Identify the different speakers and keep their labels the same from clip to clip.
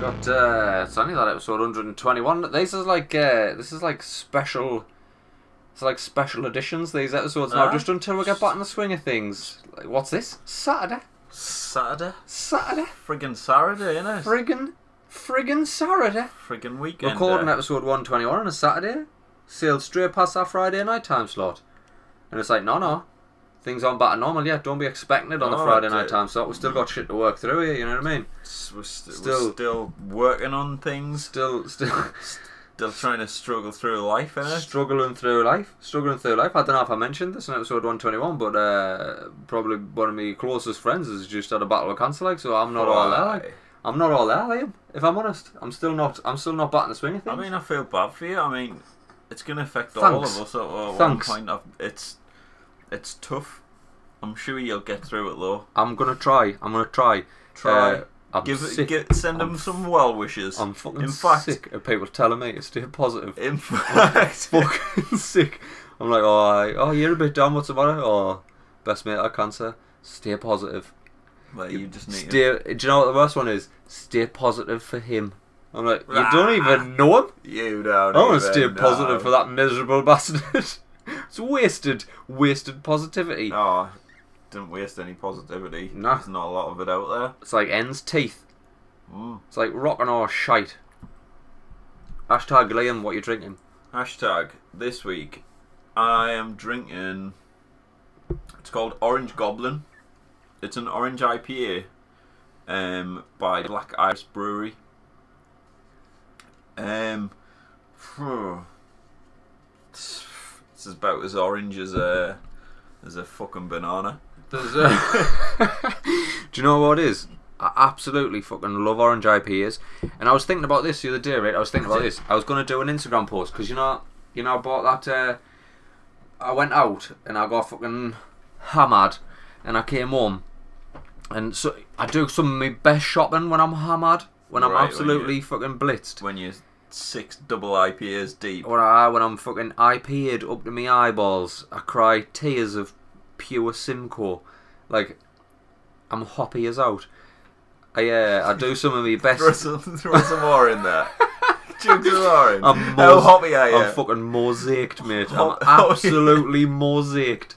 Speaker 1: got uh, it's only that episode 121. These is like uh, this is like special. It's like special editions. These episodes now,
Speaker 2: Ah.
Speaker 1: just until we get back in the swing of things. Like, what's this? Saturday,
Speaker 2: Saturday.
Speaker 1: Saturday,
Speaker 2: Friggin' Saturday, innit?
Speaker 1: friggin', friggin' Saturday.
Speaker 2: Friggin' weekend.
Speaker 1: Recording
Speaker 2: eh?
Speaker 1: episode 121 on a Saturday, sailed straight past our Friday night time slot, and it's like, no, no, things aren't back to normal yet. Don't be expecting it on the
Speaker 2: Oh,
Speaker 1: Friday
Speaker 2: dude.
Speaker 1: night time slot. We still got shit to work through here. You know what I mean?
Speaker 2: S- We're, st-
Speaker 1: Still-
Speaker 2: we're still working on things.
Speaker 1: Still, still.
Speaker 2: Still trying to struggle through life, innit?
Speaker 1: struggling through life, struggling through life. I don't know if I mentioned this in episode 121, but uh, probably one of my closest friends has just had a battle with cancer, like, so I'm not all there. Like. I'm not all there, I am. If I'm honest, I'm still not. I'm still not batting the swing of
Speaker 2: I
Speaker 1: things.
Speaker 2: mean, I feel bad for you. I mean, it's going to affect all
Speaker 1: Thanks.
Speaker 2: of us at uh, one
Speaker 1: Thanks.
Speaker 2: point. I've- It's it's tough. I'm sure you'll get through it though.
Speaker 1: I'm gonna try. I'm gonna try.
Speaker 2: Try.
Speaker 1: Uh, I'm
Speaker 2: give
Speaker 1: sick.
Speaker 2: it, give, send
Speaker 1: I'm
Speaker 2: them some well wishes.
Speaker 1: I'm fucking
Speaker 2: in fact-
Speaker 1: sick of people telling me to stay positive.
Speaker 2: In fact,
Speaker 1: fucking sick. I'm like, oh, I, oh, you're a bit down. What's the matter? Oh, best mate, I had cancer. Stay positive.
Speaker 2: Well, you just need to,
Speaker 1: Stay. Do you know what the worst one is? Stay positive for him. I'm like, you
Speaker 2: Ah.
Speaker 1: don't even know him.
Speaker 2: you don't.
Speaker 1: I want to
Speaker 2: even
Speaker 1: stay positive
Speaker 2: know.
Speaker 1: for that miserable bastard. it's wasted, wasted positivity.
Speaker 2: Oh, didn't waste any positivity.
Speaker 1: No.
Speaker 2: There's not a lot of it out there.
Speaker 1: It's like ends teeth.
Speaker 2: Mm.
Speaker 1: It's like rock and all shite. Hashtag Liam, what you drinking?
Speaker 2: Hashtag this week, I am drinking. It's called Orange Goblin. It's an orange IPA, um, by Black Iris Brewery. Um, phew. it's it's about as orange as a as a fucking banana.
Speaker 1: Do you know what it is? I absolutely fucking love orange IPAs, and I was thinking about this the other day, right? I was thinking about this. I was gonna do an Instagram post because you know, you know, I bought that. Uh, I went out and I got fucking hammered, and I came home, and so I do some of my best shopping when I'm hammered, when I'm
Speaker 2: Right, when
Speaker 1: absolutely
Speaker 2: you-
Speaker 1: fucking blitzed.
Speaker 2: When you're six double IPAs deep.
Speaker 1: Or I, when I'm fucking IP'd up to me eyeballs, I cry tears of pure Simcoe. Like, I'm hoppy as out. I, uh, I do some of my
Speaker 2: Throw
Speaker 1: best.
Speaker 2: some, throw some more in there. Chuck some more in.
Speaker 1: I'm
Speaker 2: How
Speaker 1: mos-
Speaker 2: hoppy are you?
Speaker 1: I'm fucking mosaiced, mate. I'm
Speaker 2: Hop- oh, yeah.
Speaker 1: absolutely mosaiced.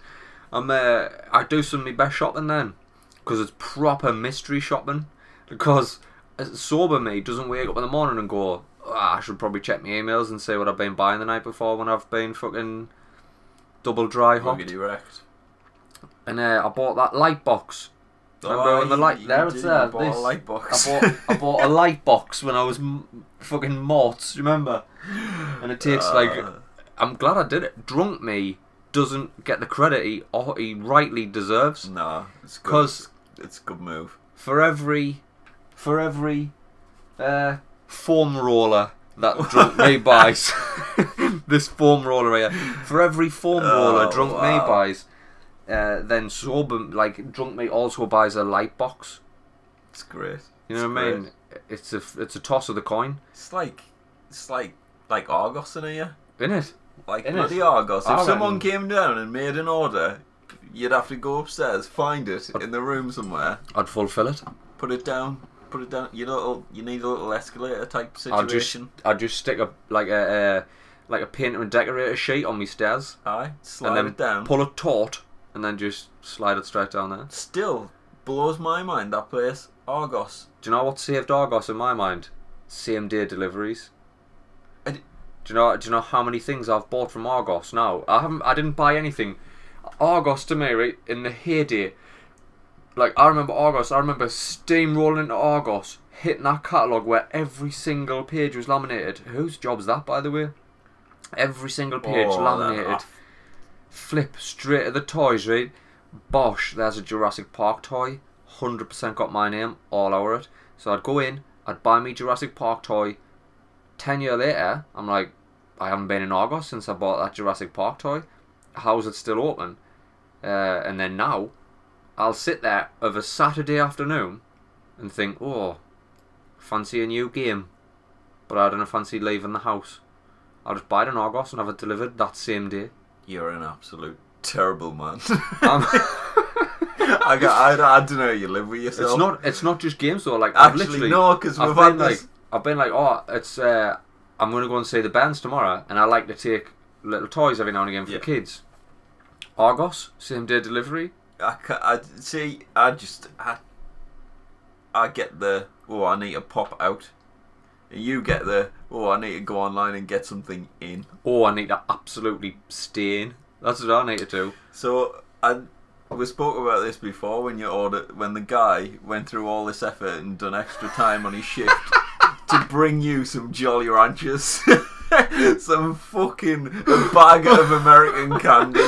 Speaker 1: I'm, uh, I do some of my best shopping then. Because it's proper mystery shopping. Because a sober me doesn't wake up in the morning and go, "Ah, I should probably check my emails and see what I've been buying the night before when I've been fucking double dry hopped.
Speaker 2: Ruggedy wrecked.
Speaker 1: and uh, I bought that light box. Remember when the light-
Speaker 2: Oh, you
Speaker 1: there it's
Speaker 2: did,
Speaker 1: there,
Speaker 2: you bought
Speaker 1: this.
Speaker 2: a light
Speaker 1: I
Speaker 2: box.
Speaker 1: bought I bought a light box when I was m- fucking morts. Remember? And it takes like
Speaker 2: Uh,
Speaker 1: I'm glad I did it. Drunk me doesn't get the credit he or he rightly deserves
Speaker 2: no, it's good.
Speaker 1: because
Speaker 2: it's a good move.
Speaker 1: for every for every uh, foam roller that drunk me buys, this foam roller here. For every foam roller
Speaker 2: Oh,
Speaker 1: drunk me
Speaker 2: wow.
Speaker 1: buys, uh, then sober like drunk me also buys a light box.
Speaker 2: It's great.
Speaker 1: You know
Speaker 2: It's
Speaker 1: what I mean?
Speaker 2: great.
Speaker 1: It's a it's a toss of the coin,
Speaker 2: It's like it's like like Argos in here.
Speaker 1: isn't it?
Speaker 2: Like
Speaker 1: Innit?
Speaker 2: bloody Argos. If
Speaker 1: I
Speaker 2: someone
Speaker 1: reckon-
Speaker 2: came down and made an order, you'd have to go upstairs, find it in the room somewhere,
Speaker 1: I'd fulfil it.
Speaker 2: put it down, put it down. You little, you need a little escalator type
Speaker 1: I'd just
Speaker 2: situation.
Speaker 1: I'd just stick a like a uh, like a painter and decorator sheet on my stairs,
Speaker 2: Aye, slide
Speaker 1: and then
Speaker 2: it down.
Speaker 1: pull it taut, and then just slide it straight down there.
Speaker 2: Still blows my mind that place, Argos.
Speaker 1: Do you know what saved Argos in my mind? Same day deliveries.
Speaker 2: I
Speaker 1: do
Speaker 2: d-
Speaker 1: you know? Do you know how many things I've bought from Argos now? I haven't. I didn't buy anything. Argos to me right, in the heyday. Like I remember Argos. I remember steamrolling into Argos, hitting that catalog where every single page was laminated. Whose job's that, by the way? Every single page
Speaker 2: Oh, that-
Speaker 1: laminated. Flip straight at the toys, right? Bosh, there's a Jurassic Park toy. 100% got my name all over it. So I'd go in, I'd buy me Jurassic Park toy. 10 year later, I'm like, I haven't been in Argos since I bought that Jurassic Park toy. How's it still open? Uh, and then now, I'll sit there of a Saturday afternoon and think, oh, fancy a new game. But I don't fancy leaving the house. I'll just buy it in Argos and have it delivered that same day.
Speaker 2: You're an absolute terrible man.
Speaker 1: Um,
Speaker 2: I, got, I, I don't know. You live with yourself.
Speaker 1: it's not. It's not just games though. Like I've
Speaker 2: actually
Speaker 1: literally,
Speaker 2: no, because
Speaker 1: I've
Speaker 2: we've
Speaker 1: been
Speaker 2: had
Speaker 1: like
Speaker 2: this
Speaker 1: I've been like, oh, it's uh, I'm gonna go and see the bands tomorrow, and I like to take little toys every now and again for
Speaker 2: Yeah.
Speaker 1: the kids. Argos, same day delivery.
Speaker 2: I, ca- I see. I just I, I get the oh I need to pop out. You get the oh I need to go online and get something in.
Speaker 1: Oh, I need to absolutely stain. That's what I need to do.
Speaker 2: So I we spoke about this before when you order when the guy went through all this effort and done extra time on his shift to bring you some Jolly Ranchers. Some fucking bag of American candy.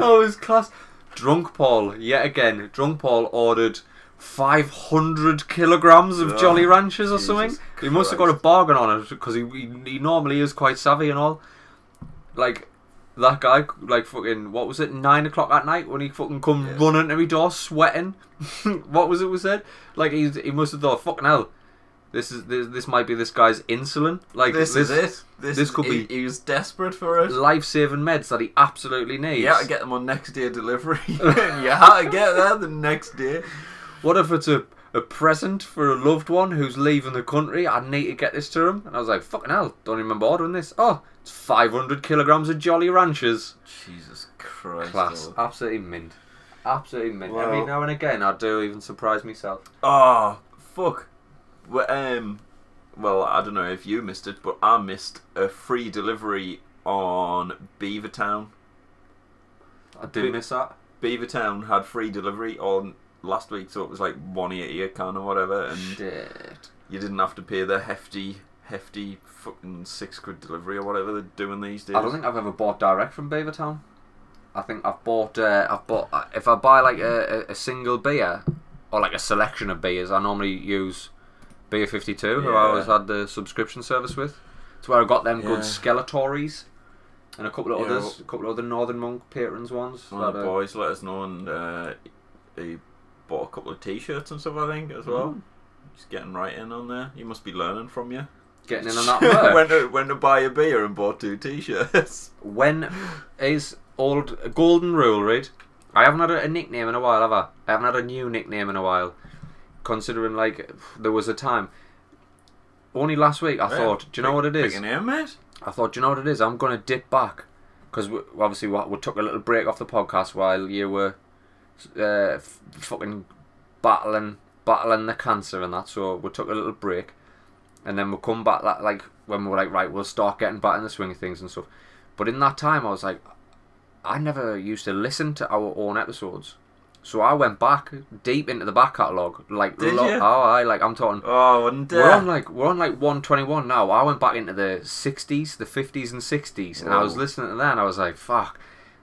Speaker 1: oh, it was class. Drunk Paul, yet again. Drunk Paul ordered 500 kilograms of
Speaker 2: Oh,
Speaker 1: Jolly Ranchers or
Speaker 2: Jesus
Speaker 1: something. He must have got a
Speaker 2: Christ.
Speaker 1: bargain on it because he, he he normally is quite savvy and all. Like that guy, like fucking what was it? Nine o'clock at night when he fucking come
Speaker 2: Yeah.
Speaker 1: running to my door sweating. what was it was said? Like he he must have thought fucking hell. This is this, this might be this guy's insulin. Like
Speaker 2: This, is it. This,
Speaker 1: this
Speaker 2: is-
Speaker 1: could
Speaker 2: he,
Speaker 1: be-
Speaker 2: He was desperate for it.
Speaker 1: life saving meds that he absolutely needs.
Speaker 2: You had to get them on next day delivery. you had to get that the next day.
Speaker 1: what if it's a, a present for a loved one who's leaving the country? I need to get this to him. And I was like, fucking hell, don't remember ordering this. Oh, it's 500 kilograms of Jolly Ranchers.
Speaker 2: Jesus Christ.
Speaker 1: Class.
Speaker 2: though.
Speaker 1: Absolutely mint. Absolutely mint. Every
Speaker 2: Well-
Speaker 1: now and again, I do even surprise myself.
Speaker 2: Oh, fuck. Well, um, well, I don't know if you missed it, but I missed a free delivery on Beavertown.
Speaker 1: I do
Speaker 2: Bit-
Speaker 1: miss that.
Speaker 2: Beavertown had free delivery on last week, so it was like 180 a can or whatever, and
Speaker 1: Shit.
Speaker 2: you didn't have to pay the hefty, hefty fucking six quid delivery or whatever they're doing these days.
Speaker 1: I don't think I've ever bought direct from Beavertown. I think I've bought. Uh, I've bought. If I buy like a, a a single beer or like a selection of beers, I normally use Beer Fifty Two, who I
Speaker 2: Yeah.
Speaker 1: always had the subscription service with. It's where I got them good
Speaker 2: Yeah.
Speaker 1: Skeletories and a couple of
Speaker 2: Yeah,
Speaker 1: others, a couple of other Northern Monk patrons ones.
Speaker 2: One of
Speaker 1: that,
Speaker 2: the
Speaker 1: uh,
Speaker 2: boys let us know, and uh, he bought a couple of t-shirts and stuff. I think as well.
Speaker 1: Mm.
Speaker 2: Just getting right in on there. You must be learning from you.
Speaker 1: getting in on that merch.
Speaker 2: went to went to buy a beer and bought two t-shirts.
Speaker 1: When is old golden rule, Reid? I haven't had a, a nickname in a while, have I? I haven't had a new nickname in a while, considering like there was a time. Only last week, I
Speaker 2: Yeah,
Speaker 1: thought, do you know
Speaker 2: pick-
Speaker 1: what it
Speaker 2: Pick
Speaker 1: is?
Speaker 2: a name, mate.
Speaker 1: I thought, do you know what it is? I'm gonna dip back because we, obviously we, we took a little break off the podcast while you were uh, f- fucking battling battling the cancer and that. So we took a little break, and then we come back like, like when we were like, right, we'll start getting back in the swing of things and stuff. But in that time, I was like, I never used to listen to our own episodes. So I went back deep into the back catalogue, like
Speaker 2: Did
Speaker 1: lo-
Speaker 2: you?
Speaker 1: oh, I like I'm talking
Speaker 2: Oh, I wouldn't
Speaker 1: we're on
Speaker 2: dare.
Speaker 1: like we're on like 121 now. I went back into the 60s, the 50s and 60s, and I was
Speaker 2: Whoa.
Speaker 1: listening to that, and I was like, "Fuck,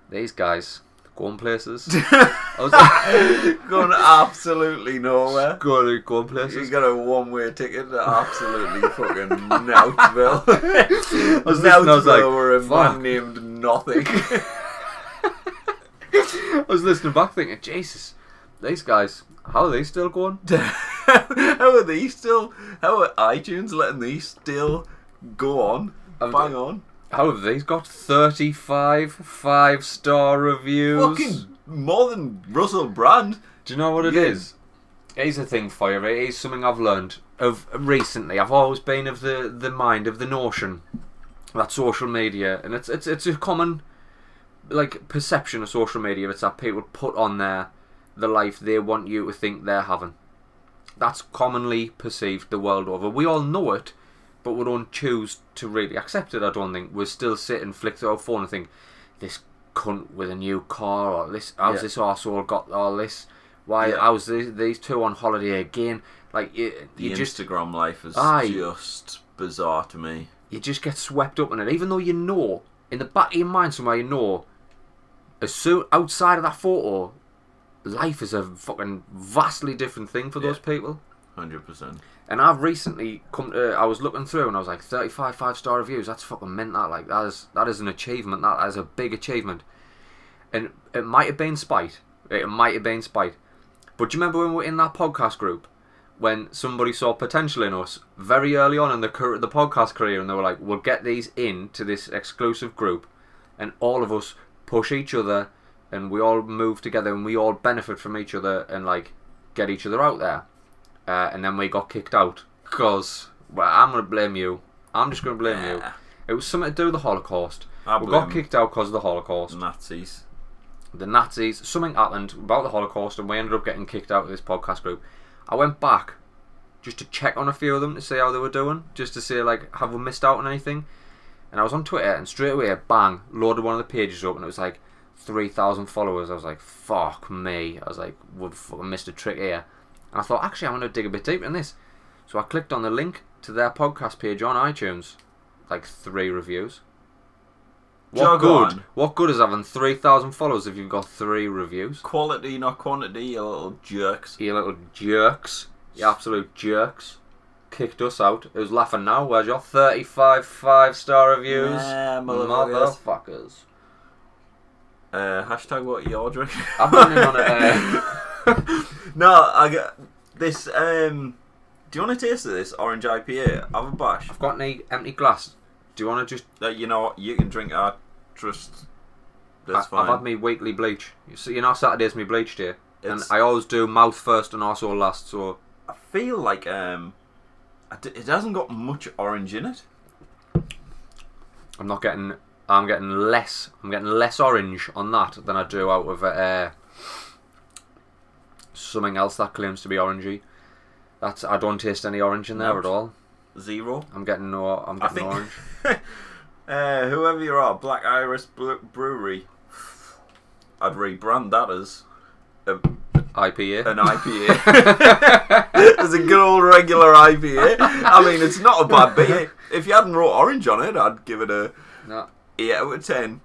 Speaker 1: these guys going places." I was like,
Speaker 2: Going absolutely nowhere.
Speaker 1: "Going going
Speaker 2: You
Speaker 1: places."
Speaker 2: got a one-way ticket to absolutely fucking Noutville.
Speaker 1: I was listening, I was like,
Speaker 2: were a
Speaker 1: "Fuck."
Speaker 2: man named Nothing.
Speaker 1: I was listening back, thinking, "Jesus, these guys, how are they still going?"
Speaker 2: how are these still? How are iTunes letting these still go on?
Speaker 1: I've-
Speaker 2: Bang on!
Speaker 1: How have these got 35 five star reviews?
Speaker 2: Fucking more than Russell Brand.
Speaker 1: Do you know what it
Speaker 2: Yeah.
Speaker 1: is? It is a thing for you. It is something I've learned of recently. I've always been of the, the mind of the notion that social media, and it's it's it's a common like perception of social media. It's that people put on there the life they want you to think they're having. That's commonly perceived the world over. We all know it, but we don't choose to really accept it. I don't think we still sit and flick through our phone and think this cunt with a new car or this how's
Speaker 2: Yeah.
Speaker 1: this arsehole got all this. Why?
Speaker 2: Yeah.
Speaker 1: How's these, these two on holiday again? Like you,
Speaker 2: The
Speaker 1: you just
Speaker 2: Instagram life is
Speaker 1: Aye.
Speaker 2: just bizarre to me.
Speaker 1: you just get swept up in it, even though you know in the back of your mind somewhere you know, as soon outside of that photo, life is a fucking vastly different thing for those people.
Speaker 2: Hundred percent.
Speaker 1: And I've recently come to, I was looking through and I was like, 35 five star reviews, that's fucking mint that. Like, that is, that is an achievement. That is a big achievement. And it might have been spite. It might have been spite. But do you remember when we were in that podcast group when somebody saw potential in us very early on in the, cur- the podcast career and they were like, we'll get these in to this exclusive group and all of us push each other and we all move together and we all benefit from each other and like get each other out there uh, and then we got kicked out because Well, I'm going to blame you. I'm just going to blame you.
Speaker 2: Yeah.
Speaker 1: It was something to do with the Holocaust.
Speaker 2: I
Speaker 1: we got
Speaker 2: blame
Speaker 1: kicked out because of the Holocaust.
Speaker 2: Nazis.
Speaker 1: The Nazis, something happened about the Holocaust, and we ended up getting kicked out of this podcast group. I went back just to check on a few of them to see how they were doing, just to see, like, have we missed out on anything? And I was on Twitter, and straight away, bang, loaded one of the pages up, and it was like 3,000 followers. I was like, fuck me. I was like, we've fucking missed a trick here. And I thought, actually, I'm going to dig a bit deeper in this. So I clicked on the link to their podcast page on iTunes. Like three reviews. What
Speaker 2: Jog
Speaker 1: good?
Speaker 2: on.
Speaker 1: What good is having three thousand followers if you've got three reviews?
Speaker 2: Quality, not quantity, you little jerks.
Speaker 1: You little jerks. You absolute jerks. Kicked us out. Who's laughing now? Where's your 35 five star reviews?
Speaker 2: Yeah, motherfuckers.
Speaker 1: motherfuckers.
Speaker 2: Uh, hashtag what you're drinking.
Speaker 1: I'm running on
Speaker 2: uh,
Speaker 1: uh, a-
Speaker 2: no, I got this. Um, do you want a taste of this orange IPA? Have a bash.
Speaker 1: I've got an empty glass. Do you want to just.
Speaker 2: Uh, you know what? You can drink. I trust. That's
Speaker 1: I, have
Speaker 2: fine.
Speaker 1: had me weekly bleach. You see, you know, Saturday's me bleach day. And
Speaker 2: It's-
Speaker 1: I always do mouth first and also last, so.
Speaker 2: I feel like um, I d- it hasn't got much orange in it.
Speaker 1: I'm not getting. I'm getting less. I'm getting less orange on that than I do out of uh, something else that claims to be orangey. That's. I don't taste any orange in there
Speaker 2: No.
Speaker 1: at all.
Speaker 2: Zero.
Speaker 1: I'm getting no. I'm
Speaker 2: I
Speaker 1: getting
Speaker 2: think.
Speaker 1: orange.
Speaker 2: uh, whoever you are, Black Iris Bre- Brewery. I'd rebrand that as a,
Speaker 1: IPA.
Speaker 2: an IPA. as a good old regular IPA. I mean, it's not a bad beer. If you hadn't wrote orange on it, I'd give it a
Speaker 1: No,
Speaker 2: 8 out of 10.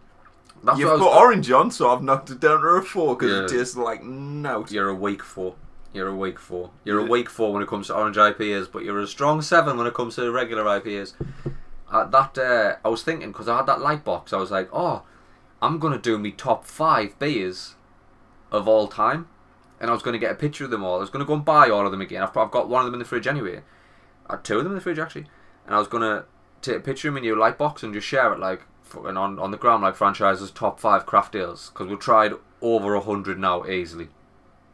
Speaker 1: that's
Speaker 2: You've
Speaker 1: what I
Speaker 2: put
Speaker 1: was-
Speaker 2: orange on, so I've knocked it down to a 4 because
Speaker 1: Yeah.
Speaker 2: it tastes like no.
Speaker 1: You're a weak four. You're a weak four. You're a
Speaker 2: Yeah.
Speaker 1: weak four when it comes to orange IPAs, but you're a strong seven when it comes to regular IPAs. At that, uh, I was thinking because I had that light box. I was like, oh, I'm gonna do me top five beers of all time, and I was gonna get a picture of them all. I was gonna go and buy all of them again. I've, I've got one of them in the fridge anyway. I had two of them in the fridge actually, and I was gonna take a picture of my new light box and just share it like fucking on on the ground like franchises top five craft deals because we've tried over a hundred now easily,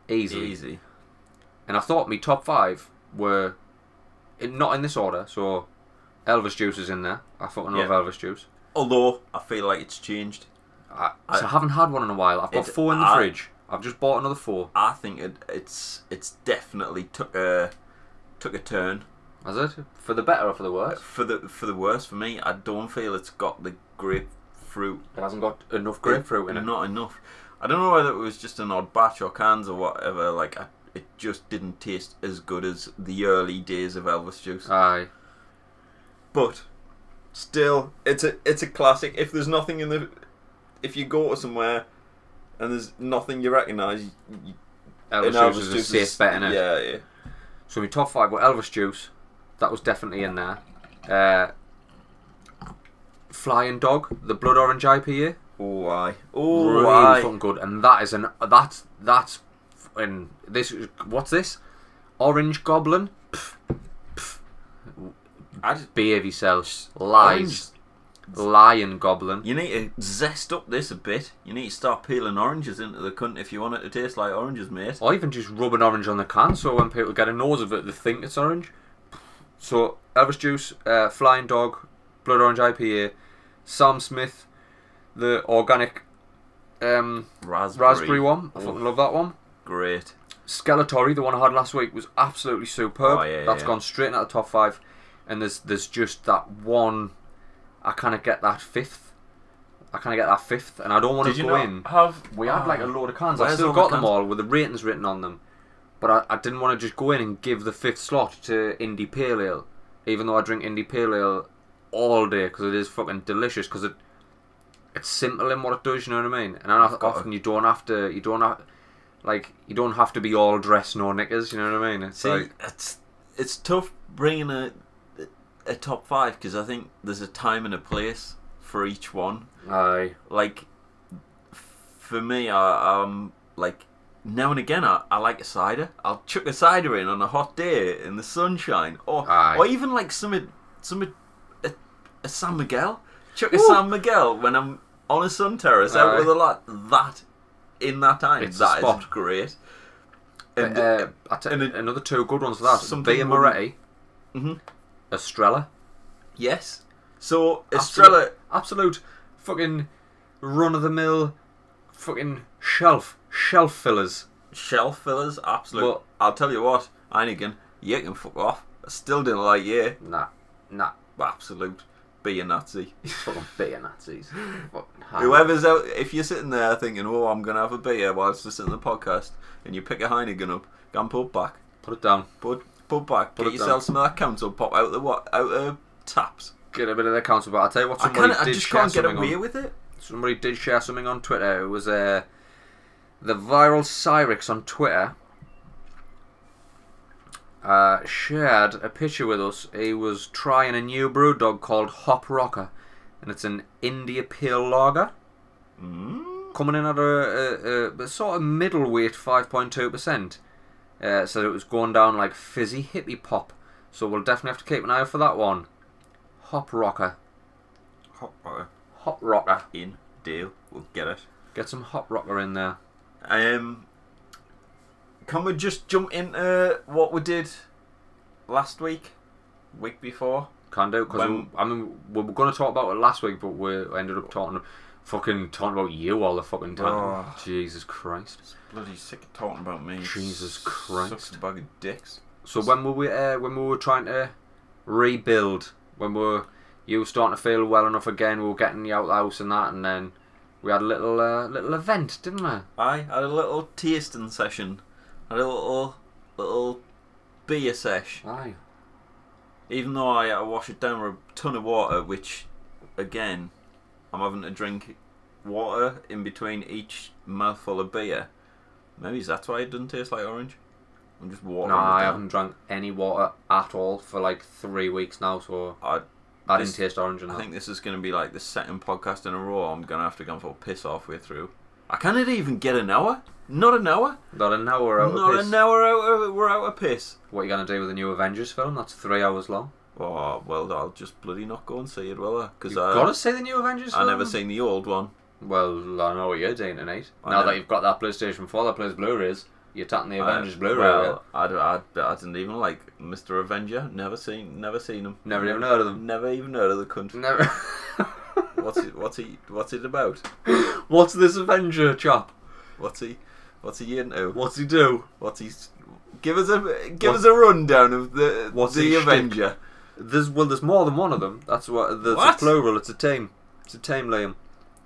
Speaker 1: easily
Speaker 2: Easy.
Speaker 1: and I thought my top five were in, not in this order. So Elvis Juice is in there. I fucking love
Speaker 2: Yeah.
Speaker 1: Elvis Juice.
Speaker 2: Although, I feel like it's changed.
Speaker 1: I,
Speaker 2: I-
Speaker 1: so I haven't had one in a while. I've got
Speaker 2: It's-
Speaker 1: four in the
Speaker 2: I-
Speaker 1: fridge. I've just bought another four.
Speaker 2: I think it, it's it's definitely took a took a turn
Speaker 1: Is it for the better or for the worse?
Speaker 2: for the for the worse for me. I don't feel it's got the grapefruit
Speaker 1: It hasn't got enough grapefruit in it.
Speaker 2: Not enough. I don't know whether it was just an odd batch or cans or whatever. Like I, it just didn't taste as good as the early days of Elvis juice.
Speaker 1: Aye,
Speaker 2: but still, it's a it's a classic. If there's nothing in the, if you go to somewhere and there's nothing you recognise, you-
Speaker 1: Elvis
Speaker 2: an
Speaker 1: Juice
Speaker 2: Elvis
Speaker 1: is a
Speaker 2: juice
Speaker 1: safe bet in it.
Speaker 2: Yeah, yeah.
Speaker 1: So my top five were Elvis Juice. That was definitely in there. Uh, Flying Dog, the Blood Orange IPA.
Speaker 2: Oh, aye. Oh,
Speaker 1: really
Speaker 2: aye.
Speaker 1: fucking good. And that is an that's that's and this is- what's this? Orange Goblin.
Speaker 2: I just-
Speaker 1: Behave yourselves. Lies. Lion Goblin.
Speaker 2: you need to zest up this a bit. You need to start peeling oranges into the cunt if you want it to taste like oranges, mate.
Speaker 1: Or even just rub an orange on the can, so when people get a nose of it, they think it's orange. So Elvis Juice, uh, Flying Dog, Blood Orange IPA, Sam Smith, the organic um,
Speaker 2: Raspberry.
Speaker 1: raspberry one. I fucking love that one.
Speaker 2: Great.
Speaker 1: Skeletori, the one I had last week, was absolutely superb.
Speaker 2: Oh, yeah,
Speaker 1: That's
Speaker 2: yeah.
Speaker 1: gone straight into the top five, and there's there's just that one. I kind of get that fifth. I kind of get that fifth, and I don't want
Speaker 2: Did
Speaker 1: to
Speaker 2: you
Speaker 1: go
Speaker 2: not
Speaker 1: in.
Speaker 2: have? Ah.
Speaker 1: We had like
Speaker 2: Um,
Speaker 1: a load of cans. I
Speaker 2: Where's
Speaker 1: still
Speaker 2: all the
Speaker 1: got them
Speaker 2: cans?
Speaker 1: all with the ratings written on them, but I, I didn't want to just go in and give the fifth slot to indie pale ale, even though I drink indie pale ale all day because it is fucking delicious. Because it it's simple in what it does. You know what I mean? And I,
Speaker 2: got
Speaker 1: often you don't have to. You don't have like you don't have to be all dressed no knickers. You know what I mean? It's
Speaker 2: See,
Speaker 1: like
Speaker 2: it's it's tough bringing a a top five because I think there's a time and a place for each one.
Speaker 1: aye,
Speaker 2: Like for me, I, um, like now and again, I, I like a cider. I'll chuck a cider in on a hot day in the sunshine, or
Speaker 1: Aye.
Speaker 2: or even like some some a, a San Miguel. Chuck a
Speaker 1: Woo!
Speaker 2: San Miguel when I'm on a sun terrace out
Speaker 1: Aye.
Speaker 2: with a lot. That in that time,
Speaker 1: It's a
Speaker 2: that is
Speaker 1: spot.
Speaker 2: great.
Speaker 1: but,
Speaker 2: And,
Speaker 1: uh, I t-
Speaker 2: and it-
Speaker 1: another two good ones. for That
Speaker 2: something
Speaker 1: Via
Speaker 2: wouldn't-
Speaker 1: Moretti
Speaker 2: Mhm.
Speaker 1: Estrella.
Speaker 2: Yes. So Estrella,
Speaker 1: Absolute- absolute fucking run of the mill, fucking shelf shelf fillers.
Speaker 2: shelf fillers, absolute.
Speaker 1: Well-
Speaker 2: I'll tell you what, Einigan, you can fuck off. I still didn't like you.
Speaker 1: Nah, nah,
Speaker 2: Absolute, be a Nazi.
Speaker 1: fucking beer Nazis. Fucking hell.
Speaker 2: Whoever's out, if you're sitting there thinking, "Oh, I'm gonna have a beer," whilst listening to the podcast, and you pick a Heineken up, go and put it back,
Speaker 1: Put it down.
Speaker 2: put put back,
Speaker 1: Put
Speaker 2: get
Speaker 1: it down.
Speaker 2: yourself some of that council pop out the what out of taps.
Speaker 1: Get a bit of their counsel, but I tell you what,
Speaker 2: I
Speaker 1: somebody
Speaker 2: can't, I
Speaker 1: did
Speaker 2: just
Speaker 1: share
Speaker 2: can't get
Speaker 1: something
Speaker 2: away
Speaker 1: on,
Speaker 2: with it.
Speaker 1: Somebody did share something on Twitter. It was uh, the viral Cyrix on Twitter. Uh, shared a picture with us. He was trying a new brew dog called Hop Rocker, and it's an India Pale Lager.
Speaker 2: Mm.
Speaker 1: coming in at a, a, a sort of middleweight 5.2%. Uh, so it was going down like fizzy hippie pop. So we'll definitely have to keep an eye out for that one. Hop rocker.
Speaker 2: Hot butter
Speaker 1: Hop rocker.
Speaker 2: in deal, we'll get it.
Speaker 1: Get some hop rocker in there.
Speaker 2: Um, can we just jump into what we did last week, week before?
Speaker 1: Can do. Because,
Speaker 2: When-
Speaker 1: I mean, we were going to talk about it last week, but we ended up talking fucking talking about you all the fucking time.
Speaker 2: Oh.
Speaker 1: Jesus Christ.
Speaker 2: Bloody sick of talking about me.
Speaker 1: Jesus
Speaker 2: Sucks
Speaker 1: Christ.
Speaker 2: a bag of dicks.
Speaker 1: So when were we uh, when we were trying to rebuild, when we were you were starting to feel well enough again, we were getting you out the house and that, and then we had a little uh, little event, didn't we?
Speaker 2: I had a little tasting session, had a little little beer sesh.
Speaker 1: Aye.
Speaker 2: Even though I had to wash it down with a ton of water, which again, I'm having to drink water in between each mouthful of beer. Maybe that's why it doesn't taste like orange. I'm just watering
Speaker 1: No,
Speaker 2: it down.
Speaker 1: I haven't drank any water at all for like three weeks now, so
Speaker 2: I,
Speaker 1: I
Speaker 2: This-
Speaker 1: didn't taste orange in
Speaker 2: I
Speaker 1: that.
Speaker 2: think this is going to be like the second podcast in a row. I'm going to have to go for a piss halfway through. I cannot even get an hour. Not an hour.
Speaker 1: Not an hour out
Speaker 2: Not
Speaker 1: of piss.
Speaker 2: an hour out of, we're out of piss.
Speaker 1: What are you going to do with the new Avengers film? That's three hours long.
Speaker 2: Oh well, I'll just bloody not go and see it, will I? Because
Speaker 1: You've
Speaker 2: I,
Speaker 1: got to see the new Avengers
Speaker 2: I
Speaker 1: film.
Speaker 2: never seen the old one.
Speaker 1: Well, I know what you're doing tonight.
Speaker 2: I
Speaker 1: now
Speaker 2: never-
Speaker 1: that you've got that PlayStation 4 that plays Blu-rays, you're tapping the Avengers
Speaker 2: I,
Speaker 1: Blu-ray. yeah?
Speaker 2: Well, I, d- I, d- I didn't even like Mister Avenger. Never seen, never seen him.
Speaker 1: Never even heard of them.
Speaker 2: Never even heard of the country.
Speaker 1: Never.
Speaker 2: what's it? What's he? What's it about?
Speaker 1: What's this Avenger chap?
Speaker 2: What's he? What's he into?
Speaker 1: What's he do?
Speaker 2: What's he? s- Give us a give
Speaker 1: What-
Speaker 2: us a rundown of the
Speaker 1: What's
Speaker 2: the
Speaker 1: his
Speaker 2: Avenger.
Speaker 1: There's well, there's more than one of them. That's what. E. There's
Speaker 2: What?
Speaker 1: a plural. It's a team. It's a team, Liam.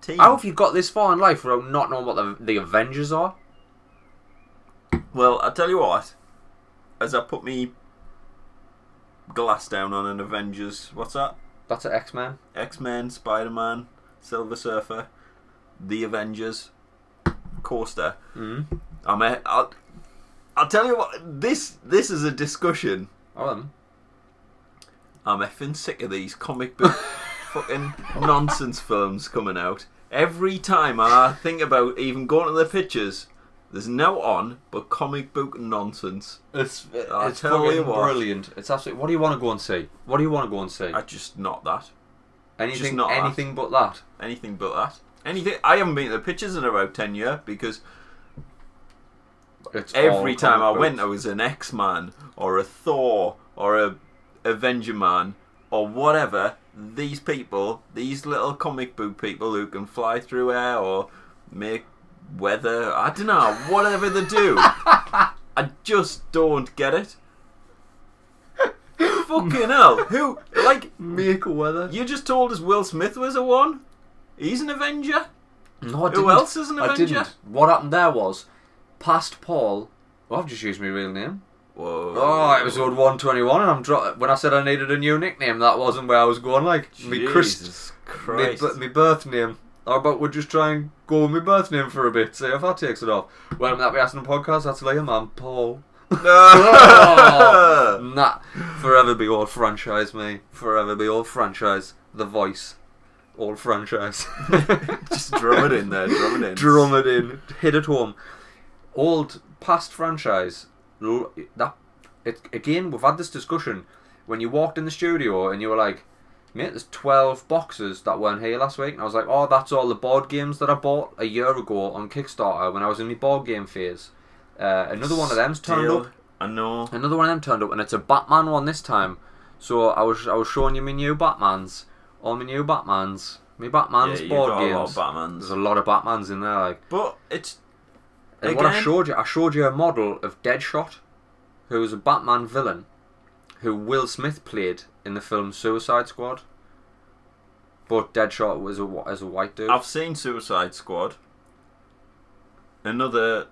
Speaker 2: Team.
Speaker 1: How have you got this far in life without not knowing what the the Avengers are?
Speaker 2: Well, I tell you what. As I put me glass down on an Avengers, what's that?
Speaker 1: That's an X Men.
Speaker 2: X Men, Spider Man, Silver Surfer, The Avengers, Coaster.
Speaker 1: Mm.
Speaker 2: I'm a, I'll, I'll tell you what. This this is a discussion.
Speaker 1: All of them.
Speaker 2: I'm effing sick of these comic book fucking nonsense films coming out. Every time I think about even going to the pictures, there's no on but comic book nonsense.
Speaker 1: It's
Speaker 2: I'll
Speaker 1: it's
Speaker 2: tell you
Speaker 1: fucking
Speaker 2: what.
Speaker 1: brilliant. It's absolutely. What do you want to go and see? What do you want to go and see?
Speaker 2: I just not that. just
Speaker 1: anything,
Speaker 2: not that.
Speaker 1: anything but that.
Speaker 2: Anything but that. Anything. I haven't been to the pictures in about ten years because
Speaker 1: It's
Speaker 2: every
Speaker 1: all
Speaker 2: time I
Speaker 1: comic
Speaker 2: went, I
Speaker 1: books.
Speaker 2: was an X Man or a Thor or a Avenger Man or whatever. These people, these little comic book people who can fly through air or make weather, I don't know, whatever they do. I just don't get it. Fucking hell. Who, like,
Speaker 1: Make weather.
Speaker 2: you just told us Will Smith was a one? He's an Avenger?
Speaker 1: No, I
Speaker 2: Who
Speaker 1: didn't.
Speaker 2: else is an
Speaker 1: I
Speaker 2: Avenger?
Speaker 1: didn't. What happened there was, past Paul. Oh, I've just used my real name.
Speaker 2: Whoa.
Speaker 1: Oh, episode one twenty one, and I'm dro- when I said I needed a new nickname, that wasn't where I was going. Like me Christ,
Speaker 2: Jesus
Speaker 1: me,
Speaker 2: Christ.
Speaker 1: bu- me birth name. How about we just try and go with my birth name for a bit, see if that takes it off. Welcome that we asking the podcast. That's Liam. I'm Paul.
Speaker 2: No.
Speaker 1: nah, forever be all franchise, me. Forever be all franchise. The voice, all franchise.
Speaker 2: Just drum it in there, drum it in.
Speaker 1: drum it in, hit it home. Old past franchise. l- That it again. We've had this discussion when you walked in the studio and you were like, "Mate, there's twelve boxes that weren't here last week," and I was like, "Oh, that's all the board games that I bought a year ago on Kickstarter when I was in my board game phase." Uh, another one of them's turned
Speaker 2: Still,
Speaker 1: up.
Speaker 2: I know.
Speaker 1: Another one of them turned up, and it's a Batman one this time. So I was I was showing you my new Batmans, all my new Batmans, my Batmans
Speaker 2: yeah, you've
Speaker 1: board
Speaker 2: got
Speaker 1: games.
Speaker 2: a lot of
Speaker 1: There's
Speaker 2: Batmans.
Speaker 1: a lot of Batmans in there, like.
Speaker 2: But it's
Speaker 1: And what I
Speaker 2: Again?
Speaker 1: showed you, I showed you a model of Deadshot, who was a Batman villain, who Will Smith played in the film Suicide Squad. But Deadshot was a wh- as a white dude.
Speaker 2: I've seen Suicide Squad. Another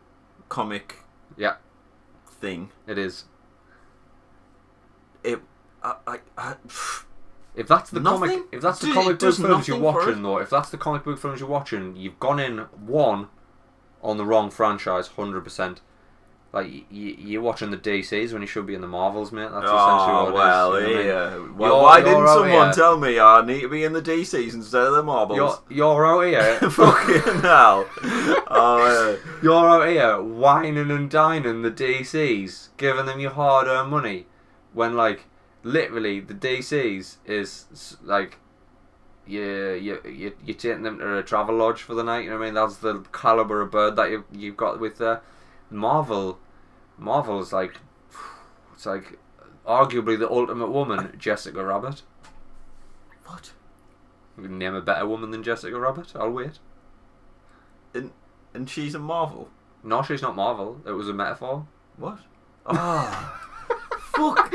Speaker 2: comic
Speaker 1: yeah,
Speaker 2: thing.
Speaker 1: it is.
Speaker 2: It I I, I
Speaker 1: If that's the comic,
Speaker 2: Nothing-
Speaker 1: if that's the
Speaker 2: Dude, it
Speaker 1: comic book
Speaker 2: does
Speaker 1: films you're
Speaker 2: nothing for
Speaker 1: watching, though, if that's the comic book films you're watching, you've gone in one on the wrong franchise, hundred percent. Like y- y- you're watching the DCs when you should be in the Marvels, mate. That's essentially
Speaker 2: Oh
Speaker 1: what
Speaker 2: well,
Speaker 1: it is. you know what I mean?
Speaker 2: yeah. Well,
Speaker 1: You're-
Speaker 2: why
Speaker 1: Ah, you're
Speaker 2: didn't
Speaker 1: out
Speaker 2: someone
Speaker 1: here.
Speaker 2: tell me "Ah, I need to be in the DCs instead of the marbles?
Speaker 1: You're you're out here
Speaker 2: Fucking hell! oh, yeah.
Speaker 1: You're out here whining and dining the DCs, giving them your hard-earned money, when like literally the DCs is s- like you you you you're taking them to a travel lodge for the night. You know what I mean? That's the caliber of bird that you you've got with there. Marvel, Marvel's like it's like arguably the ultimate woman, Jessica Rabbit.
Speaker 2: what?
Speaker 1: You can Name a better woman than Jessica Rabbit. I'll wait.
Speaker 2: And and she's a Marvel.
Speaker 1: No, she's not Marvel. It was a metaphor.
Speaker 2: What? Oh, fuck!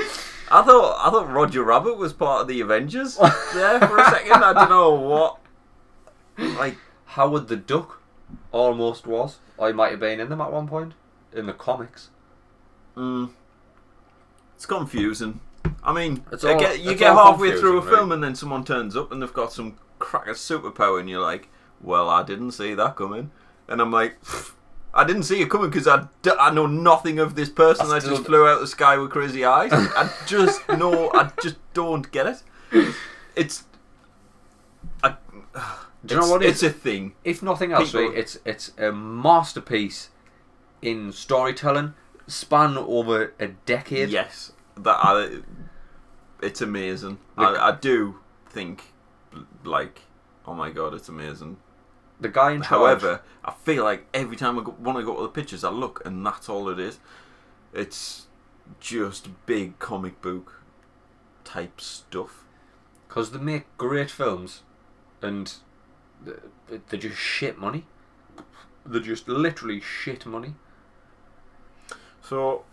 Speaker 2: I thought I thought Roger Rabbit was part of the Avengers. there for a second, I don't know what. Like,
Speaker 1: Howard the Duck almost was, or he might have been in them at one point in the comics.
Speaker 2: mm, it's confusing. I mean,
Speaker 1: It's
Speaker 2: you
Speaker 1: all-
Speaker 2: get, you
Speaker 1: it's
Speaker 2: get
Speaker 1: all
Speaker 2: halfway through a
Speaker 1: confusing,
Speaker 2: film and then someone turns up and they've got some cracker superpower, and you're like, "Well, I didn't see that coming," and I'm like. I didn't see it coming because I, d- I know nothing of this person.
Speaker 1: I
Speaker 2: I,
Speaker 1: still
Speaker 2: just
Speaker 1: d-
Speaker 2: flew out the sky with crazy eyes. I just know. I just don't get it. It's. I,
Speaker 1: Do you know
Speaker 2: it's-
Speaker 1: what it
Speaker 2: It's
Speaker 1: is?
Speaker 2: a thing.
Speaker 1: If nothing else,
Speaker 2: People-
Speaker 1: right, it's it's a masterpiece in storytelling, span over a decade.
Speaker 2: Yes, that I, it's amazing.
Speaker 1: Look-
Speaker 2: I, I do think, like, oh my god, it's amazing.
Speaker 1: The guy in charge.
Speaker 2: However, I feel like every time I go, when I go to the pictures, I look and that's all it is. It's just big comic book type stuff.
Speaker 1: because they make great films, and th- they're just shit money. They're just literally shit money.
Speaker 2: So,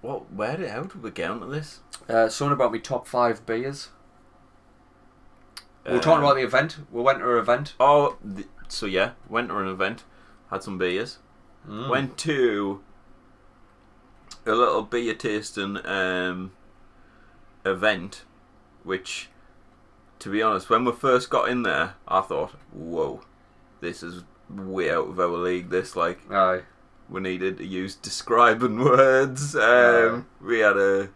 Speaker 2: what? Where did how did we get onto this?
Speaker 1: Uh, something about me top five beers. We We're talking
Speaker 2: Um,
Speaker 1: about the event. We went to an event.
Speaker 2: Oh, th- so yeah, went to an event, had some beers,
Speaker 1: Mm.
Speaker 2: went to a little beer tasting um, event, which, to be honest, when we first got in there, I thought, whoa, this is way out of our league. This like
Speaker 1: Aye.
Speaker 2: we needed to use describing words. Um, we had a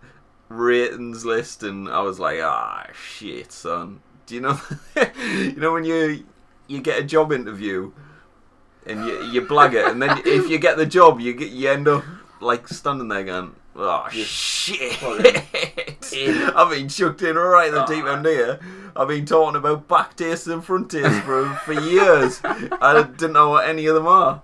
Speaker 2: ratings list, and I was like, ah, shit, son. Do you know? you know when you you get a job interview, and you you blag it, and then if you get the job, you get you end up like standing there going. Oh shit!
Speaker 1: fucking
Speaker 2: I've been chucked in right in the
Speaker 1: Ah.
Speaker 2: deep end here. I've been talking about back tastes and front tastes for for years. I didn't know what any of them are.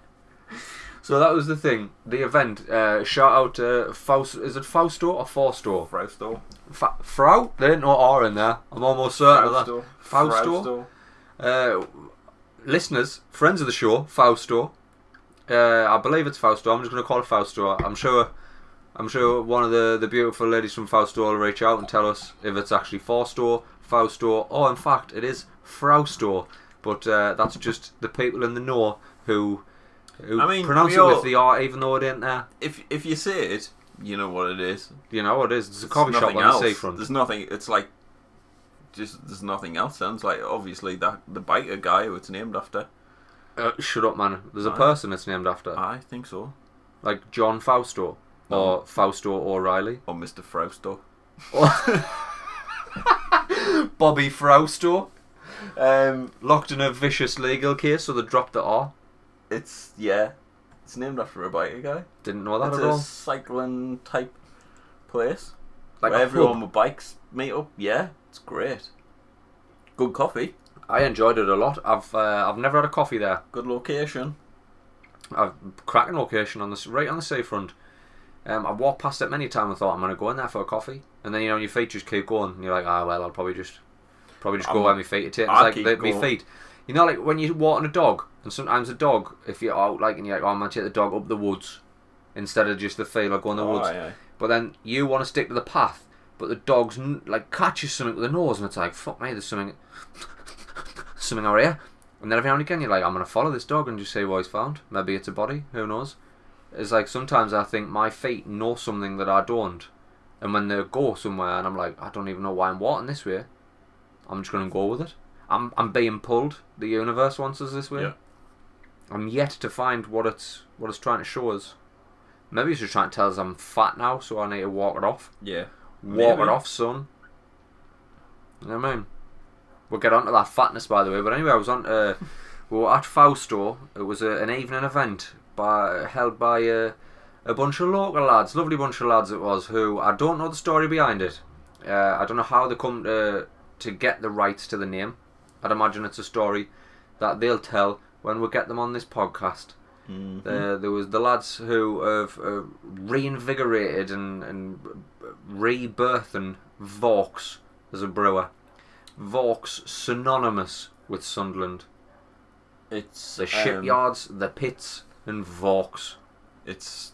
Speaker 1: So that was the thing. The event. Uh, shout out to Fausto. Is it Fausto or Fausto?
Speaker 2: Frausto.
Speaker 1: Fa- Frau? There ain't no R in there. I'm almost certain of that. Fausto.
Speaker 2: Frausto.
Speaker 1: Uh, listeners, friends of the show, Fausto. Uh, I believe it's Fausto. I'm just going to call it Fausto. I'm sure. I'm sure one of the, the beautiful ladies from Fausto will reach out and tell us if it's actually Fausto, Fausto, or in fact it is Frausto. But uh, that's just the people in the know who who
Speaker 2: I mean,
Speaker 1: pronounce
Speaker 2: we
Speaker 1: it
Speaker 2: all-
Speaker 1: with the R, even though it ain't there.
Speaker 2: If if you see it, you know what it is.
Speaker 1: You know what it is? It's a
Speaker 2: It's
Speaker 1: coffee shop
Speaker 2: nothing
Speaker 1: on
Speaker 2: else.
Speaker 1: the seafront.
Speaker 2: There's nothing. It's like just there's nothing else. Sounds like obviously that the biker guy who it's named after.
Speaker 1: Uh, shut up, man. There's a
Speaker 2: Aye.
Speaker 1: person it's named after,
Speaker 2: I think so.
Speaker 1: like John Fausto
Speaker 2: Oh.
Speaker 1: or Fausto O'Reilly,
Speaker 2: Or Mr. Frausto.
Speaker 1: Bobby Fausto.
Speaker 2: Um,
Speaker 1: Locked in a vicious legal case, so they dropped the R.
Speaker 2: it's yeah, it's named after a biker guy.
Speaker 1: Didn't know that
Speaker 2: It's
Speaker 1: at
Speaker 2: a
Speaker 1: all.
Speaker 2: cycling type place
Speaker 1: Like
Speaker 2: where
Speaker 1: a
Speaker 2: everyone
Speaker 1: hub.
Speaker 2: with bikes meet up. Yeah, it's great. Good coffee.
Speaker 1: I enjoyed it a lot. I've uh, I've never had a coffee there.
Speaker 2: Good location.
Speaker 1: I've cracking location on this right on the seafront. Um, I walked past it many times and thought I'm gonna go in there for a coffee, and then you know your feet just keep going, and you're like, ah well, I'll probably just probably just go
Speaker 2: I'm-
Speaker 1: where my feet are. taking." It's
Speaker 2: I'd
Speaker 1: like
Speaker 2: keep
Speaker 1: the, my
Speaker 2: going.
Speaker 1: feet. You know, like when you're watering a dog, and sometimes a dog, if you're out like and you're like, oh, I'm gonna take the dog up the woods instead of just the field or go in the
Speaker 2: Oh,
Speaker 1: woods.
Speaker 2: yeah.
Speaker 1: But then you want to stick to the path, but the dog's n- like catches something with the nose, and it's like, fuck me, there's something, something over here. And then every now and again, you're like, I'm gonna follow this dog and just see what he's found. Maybe it's a body. Who knows? It's like sometimes I think my feet know something that I don't, and when they go somewhere, and I'm like, I don't even know why I'm walking this way. I'm just gonna go with it. I'm I'm being pulled. The universe wants us this way.
Speaker 2: Yeah.
Speaker 1: I'm yet to find what it's what it's trying to show us. Maybe it's just trying to tell us I'm fat now, so I need to walk it off.
Speaker 2: Yeah.
Speaker 1: Walk it
Speaker 2: Maybe.
Speaker 1: off, son. You know what I mean? We'll get onto that fatness, by the way. But anyway, I was on. Uh, we were at Fausto. It was a, an evening event by held by a, a bunch of local lads, lovely bunch of lads it was. Who I don't know the story behind it. Uh, I don't know how they come to to get the rights to the name. I'd imagine it's a story that they'll tell when we get them on this podcast.
Speaker 2: Mhm.
Speaker 1: Uh, there was the lads who have uh, reinvigorated and, and rebirthing Vaux as a brewer. Vaux synonymous with Sunderland.
Speaker 2: It's
Speaker 1: The
Speaker 2: um,
Speaker 1: shipyards, the pits, and Vaux.
Speaker 2: It's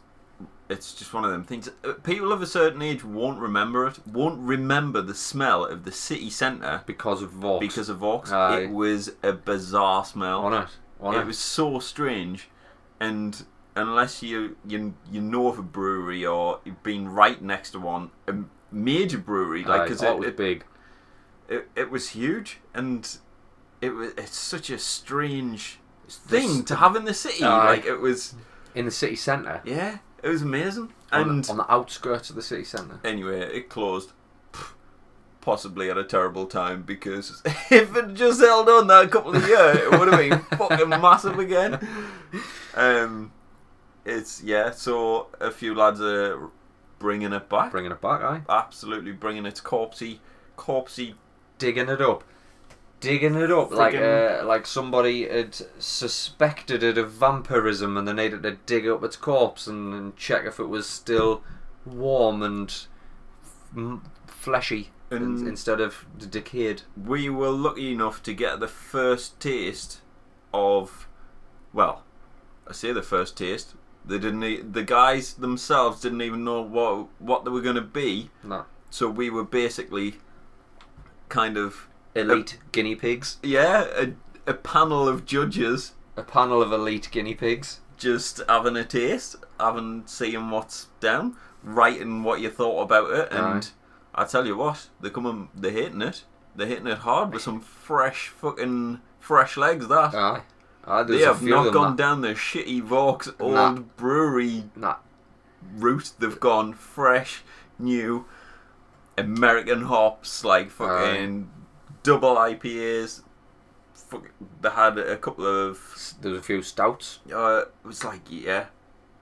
Speaker 2: it's just one of them things. Uh, People of a certain age won't remember it. Won't remember the smell of the city centre
Speaker 1: Because of Vaux.
Speaker 2: because of Vox.
Speaker 1: Aye.
Speaker 2: It was a bizarre smell.
Speaker 1: on it. On
Speaker 2: it
Speaker 1: it.
Speaker 2: was so strange, and unless you you you know of a brewery or you've been right next to one, a major brewery, like
Speaker 1: Aye,
Speaker 2: because
Speaker 1: oh, it
Speaker 2: it,
Speaker 1: was
Speaker 2: it,
Speaker 1: big.
Speaker 2: it, it was huge, and it was it's such a strange
Speaker 1: this-
Speaker 2: thing to have in the city.
Speaker 1: Aye.
Speaker 2: Like it was,
Speaker 1: In the city centre.
Speaker 2: yeah, it was amazing.
Speaker 1: On,
Speaker 2: And
Speaker 1: on the outskirts of the city centre.
Speaker 2: anyway, it closed. pff, Possibly at a terrible time because if it just held on that a couple of years, it would have been fucking massive again. Um, it's yeah. So a few lads are bringing it back,
Speaker 1: Bringing it back, aye.
Speaker 2: absolutely bringing its corpsey, corpsey.
Speaker 1: digging it up, digging it up like
Speaker 2: Friggin-
Speaker 1: uh, like somebody had suspected it of vampirism and they needed to dig up its corpse and, and check if it was still warm and m- fleshy in-
Speaker 2: And-
Speaker 1: instead of d- decayed.
Speaker 2: We were lucky enough to get the first taste of, well, I say the first taste. They didn't. e- The guys themselves didn't even know what what they were going to be.
Speaker 1: No.
Speaker 2: So we were basically kind of
Speaker 1: Elite guinea pigs.
Speaker 2: yeah, a, a panel of judges
Speaker 1: A panel of elite guinea pigs.
Speaker 2: just having a taste, having seeing what's down, writing what you thought about it, and I tell you what, they're coming, they're hitting it, they're hitting it hard with some fresh fucking fresh legs. That
Speaker 1: Aye. Aye, Ah, there's
Speaker 2: they
Speaker 1: a
Speaker 2: have
Speaker 1: few of
Speaker 2: not
Speaker 1: them
Speaker 2: gone
Speaker 1: that-
Speaker 2: down the shitty Vaux old
Speaker 1: Nah.
Speaker 2: brewery
Speaker 1: Nah,
Speaker 2: route. They've gone fresh, new American hops, like fucking double IPAs. Fuck, they had a couple of.
Speaker 1: s- there's a few stouts.
Speaker 2: Uh, it was like yeah,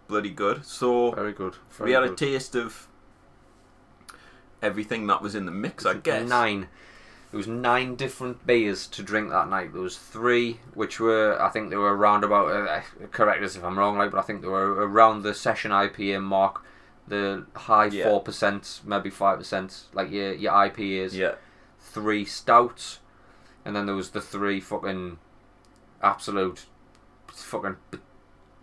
Speaker 2: bloody good. So
Speaker 1: Very good. Very
Speaker 2: we had a
Speaker 1: good.
Speaker 2: taste of everything that was in the mix, I guess.
Speaker 1: Nine. There was nine different beers to drink that night. There was three, which were I think they were around about. Uh, correct us if I'm wrong, like, but I think they were around the session IPA mark, the high
Speaker 2: Yeah.
Speaker 1: four percent, maybe five percent, like your your IPAs.
Speaker 2: Yeah,
Speaker 1: Three stouts, and then there was the three fucking absolute fucking b-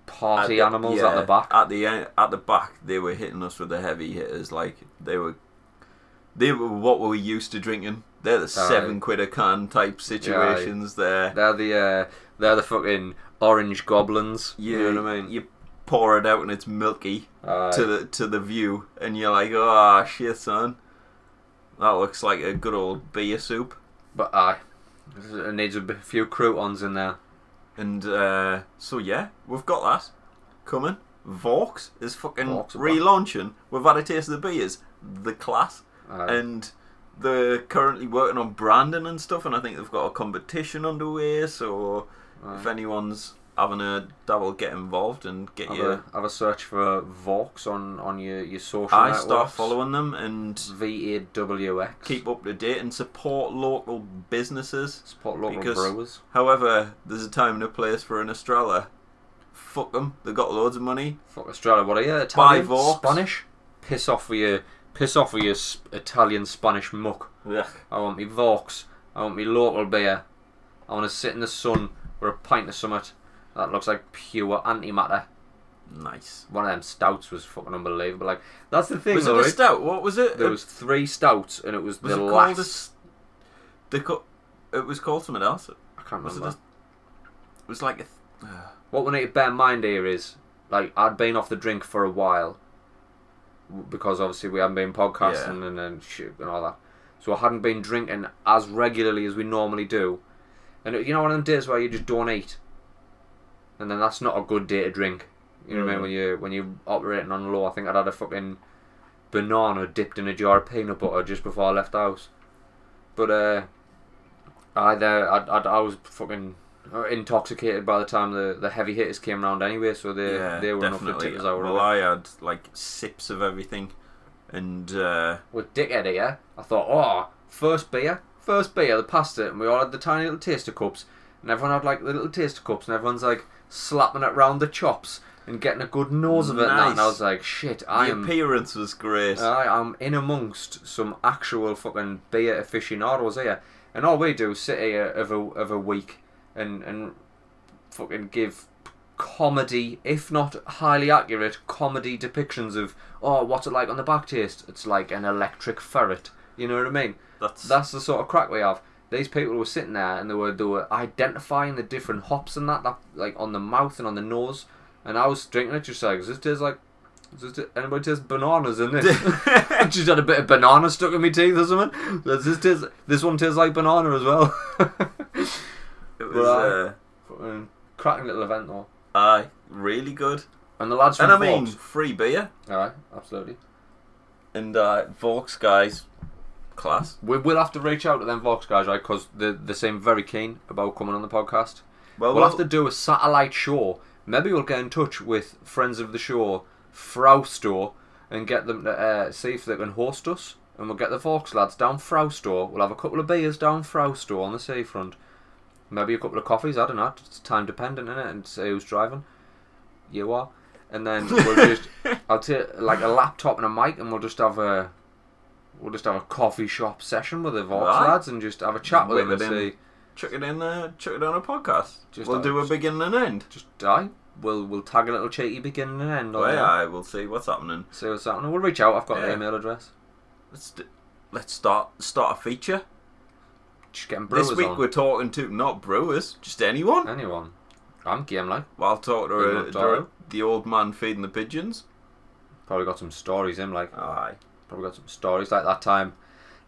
Speaker 1: party animals at the
Speaker 2: yeah,
Speaker 1: back.
Speaker 2: At the en- at the back, they were hitting us with the heavy hitters. Like they were, they were what we were used to drinking. They're the seven quid a can type situations. there.
Speaker 1: They're the uh, they're the fucking orange goblins.
Speaker 2: you,
Speaker 1: you know what I mean?
Speaker 2: You pour it out and it's milky
Speaker 1: Aye.
Speaker 2: to the to the view, and you're like, ah, shit, son. That looks like a good old beer soup.
Speaker 1: But aye, it needs a b- few croutons in there.
Speaker 2: And uh, so yeah, we've got that coming. Vaux is fucking
Speaker 1: Vaux are back.
Speaker 2: relaunching. We've had a taste of the beers, the class,
Speaker 1: Aye.
Speaker 2: and they're currently working on branding and stuff. And I think they've got a competition underway. So if anyone's having a dabble, get involved and get
Speaker 1: Have,
Speaker 2: your
Speaker 1: a, have a search for Vox on, on your, your social
Speaker 2: I
Speaker 1: networks.
Speaker 2: start following them and
Speaker 1: V A W X.
Speaker 2: keep up to date and support local businesses.
Speaker 1: support local
Speaker 2: because-
Speaker 1: brewers.
Speaker 2: However, there's a time and a place for an Estrella. Fuck them. They got loads of money.
Speaker 1: Fuck Australia. What are you? Italian?
Speaker 2: Five orcs.
Speaker 1: Spanish? Piss off for your piss off for your sp- Italian Spanish muck.
Speaker 2: Ugh.
Speaker 1: I want me Vaux. I want me local beer. I want to sit in the sun with a pint of summit that looks like pure antimatter.
Speaker 2: Nice.
Speaker 1: One of them stouts was fucking unbelievable. Like that's the thing,
Speaker 2: Was
Speaker 1: though.
Speaker 2: it a
Speaker 1: right?
Speaker 2: stout? What was it?
Speaker 1: There was three stouts, and it was,
Speaker 2: was
Speaker 1: the
Speaker 2: it
Speaker 1: last.
Speaker 2: called a s- They co- it was called something else. It
Speaker 1: I can't
Speaker 2: was,
Speaker 1: remember.
Speaker 2: it, a, it was like a. Th- Ugh.
Speaker 1: What we need to bear in mind here is, like, I'd been off the drink for a while w- because obviously we hadn't been podcasting and, and shit and all that. So I hadn't been drinking as regularly as we normally do. And it- you know, one of them days where you just don't eat, and then that's not a good day to drink. You know what I mean?
Speaker 2: Mm.
Speaker 1: When you when you're operating on low, I think I'd had a fucking banana dipped in a jar of peanut butter just before I left the house. But uh, I there I, I, I was fucking uh, intoxicated by the time the, the heavy hitters came round anyway, so they
Speaker 2: yeah,
Speaker 1: they were enough to
Speaker 2: definitely.
Speaker 1: tip us over.
Speaker 2: well, I had like sips of everything, and uh,
Speaker 1: With dickhead here, I thought, oh, first beer, first beer, the pasta, and we all had the tiny little taster cups, and everyone had like the little taster cups, and everyone's like slapping it round the chops and getting a good nose of it. and that, And I
Speaker 2: Nice.
Speaker 1: was like, shit,
Speaker 2: the
Speaker 1: I am Uh,
Speaker 2: appearance was great.
Speaker 1: I am in amongst some actual fucking beer aficionados here, and all we do is sit here of a of a week and and fucking give comedy, if not highly accurate, comedy depictions of oh what's it like on the back taste? It's like an electric ferret. You know what I mean?
Speaker 2: that's
Speaker 1: That's the sort of crack we have. These people were sitting there and they were they were identifying the different hops and that, that like on the mouth and on the nose. And I was drinking it just like, does this taste like, does this, anybody taste bananas in this? I just had a bit of banana stuck in my teeth or something. Does this taste, this one tastes like banana as well.
Speaker 2: it was
Speaker 1: well,
Speaker 2: uh,
Speaker 1: Fucking cracking little event though.
Speaker 2: aye, really good.
Speaker 1: And the lads from
Speaker 2: And I mean,
Speaker 1: Forbes-
Speaker 2: free beer
Speaker 1: Alright, absolutely.
Speaker 2: and uh, Vaux guys, class.
Speaker 1: We will have to reach out to them Vox guys, right? Because they, they seem very keen about coming on the podcast.
Speaker 2: Well,
Speaker 1: We'll have to do a satellite show. Maybe we'll get in touch with friends of the show, Fraustore, and get them to uh, see if they can host us. And we'll get the Vaux lads down Fraustore. We'll have a couple of beers down Fraustore on the seafront. Maybe a couple of coffees. I don't know. It's time dependent, innit? And see who's driving. You are. And then we'll just, I'll take like a laptop and a mic, and we'll just have a, we'll just have a coffee shop session with the Vaux
Speaker 2: Right.
Speaker 1: lads, and just have a chat with them
Speaker 2: Whip
Speaker 1: and
Speaker 2: it in.
Speaker 1: see.
Speaker 2: chuck it in there, chuck it on a podcast.
Speaker 1: Just
Speaker 2: we'll
Speaker 1: like-
Speaker 2: do a beginning and end.
Speaker 1: Just die. We'll we'll tag a little cheeky beginning and end on
Speaker 2: Well,
Speaker 1: there.
Speaker 2: aye, we'll see what's happening.
Speaker 1: See what's happening. We'll reach out. I've got the
Speaker 2: Oh, Yeah.
Speaker 1: email address.
Speaker 2: Let's do, let's start start a feature.
Speaker 1: Just getting brewers
Speaker 2: this week
Speaker 1: on.
Speaker 2: we're talking to not brewers, just anyone.
Speaker 1: anyone. I'm game like.
Speaker 2: Well, I'll talk
Speaker 1: We're
Speaker 2: to
Speaker 1: not
Speaker 2: a,
Speaker 1: dying.
Speaker 2: the old man feeding the pigeons.
Speaker 1: Probably got some stories. Him like
Speaker 2: Aye.
Speaker 1: probably got some stories like that time,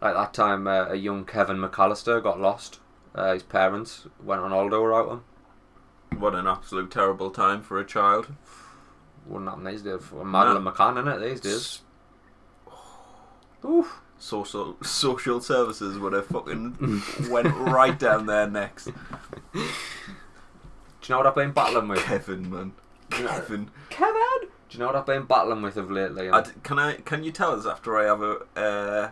Speaker 1: like that time uh, a young Kevin McAllister got lost. Uh, his parents went on holiday without him.
Speaker 2: What an absolute terrible time for a child.
Speaker 1: Wouldn't happen these days. Fucking Madeline McCann in it these days.
Speaker 2: S-
Speaker 1: Oof.
Speaker 2: Social social services would have fucking went right down their necks.
Speaker 1: Do you know what I've been battling with?
Speaker 2: Kevin, man, Kevin.
Speaker 1: Kevin. Do you know what I've been battling with of lately?
Speaker 2: I d can I? Can you tell us after I have a? Uh,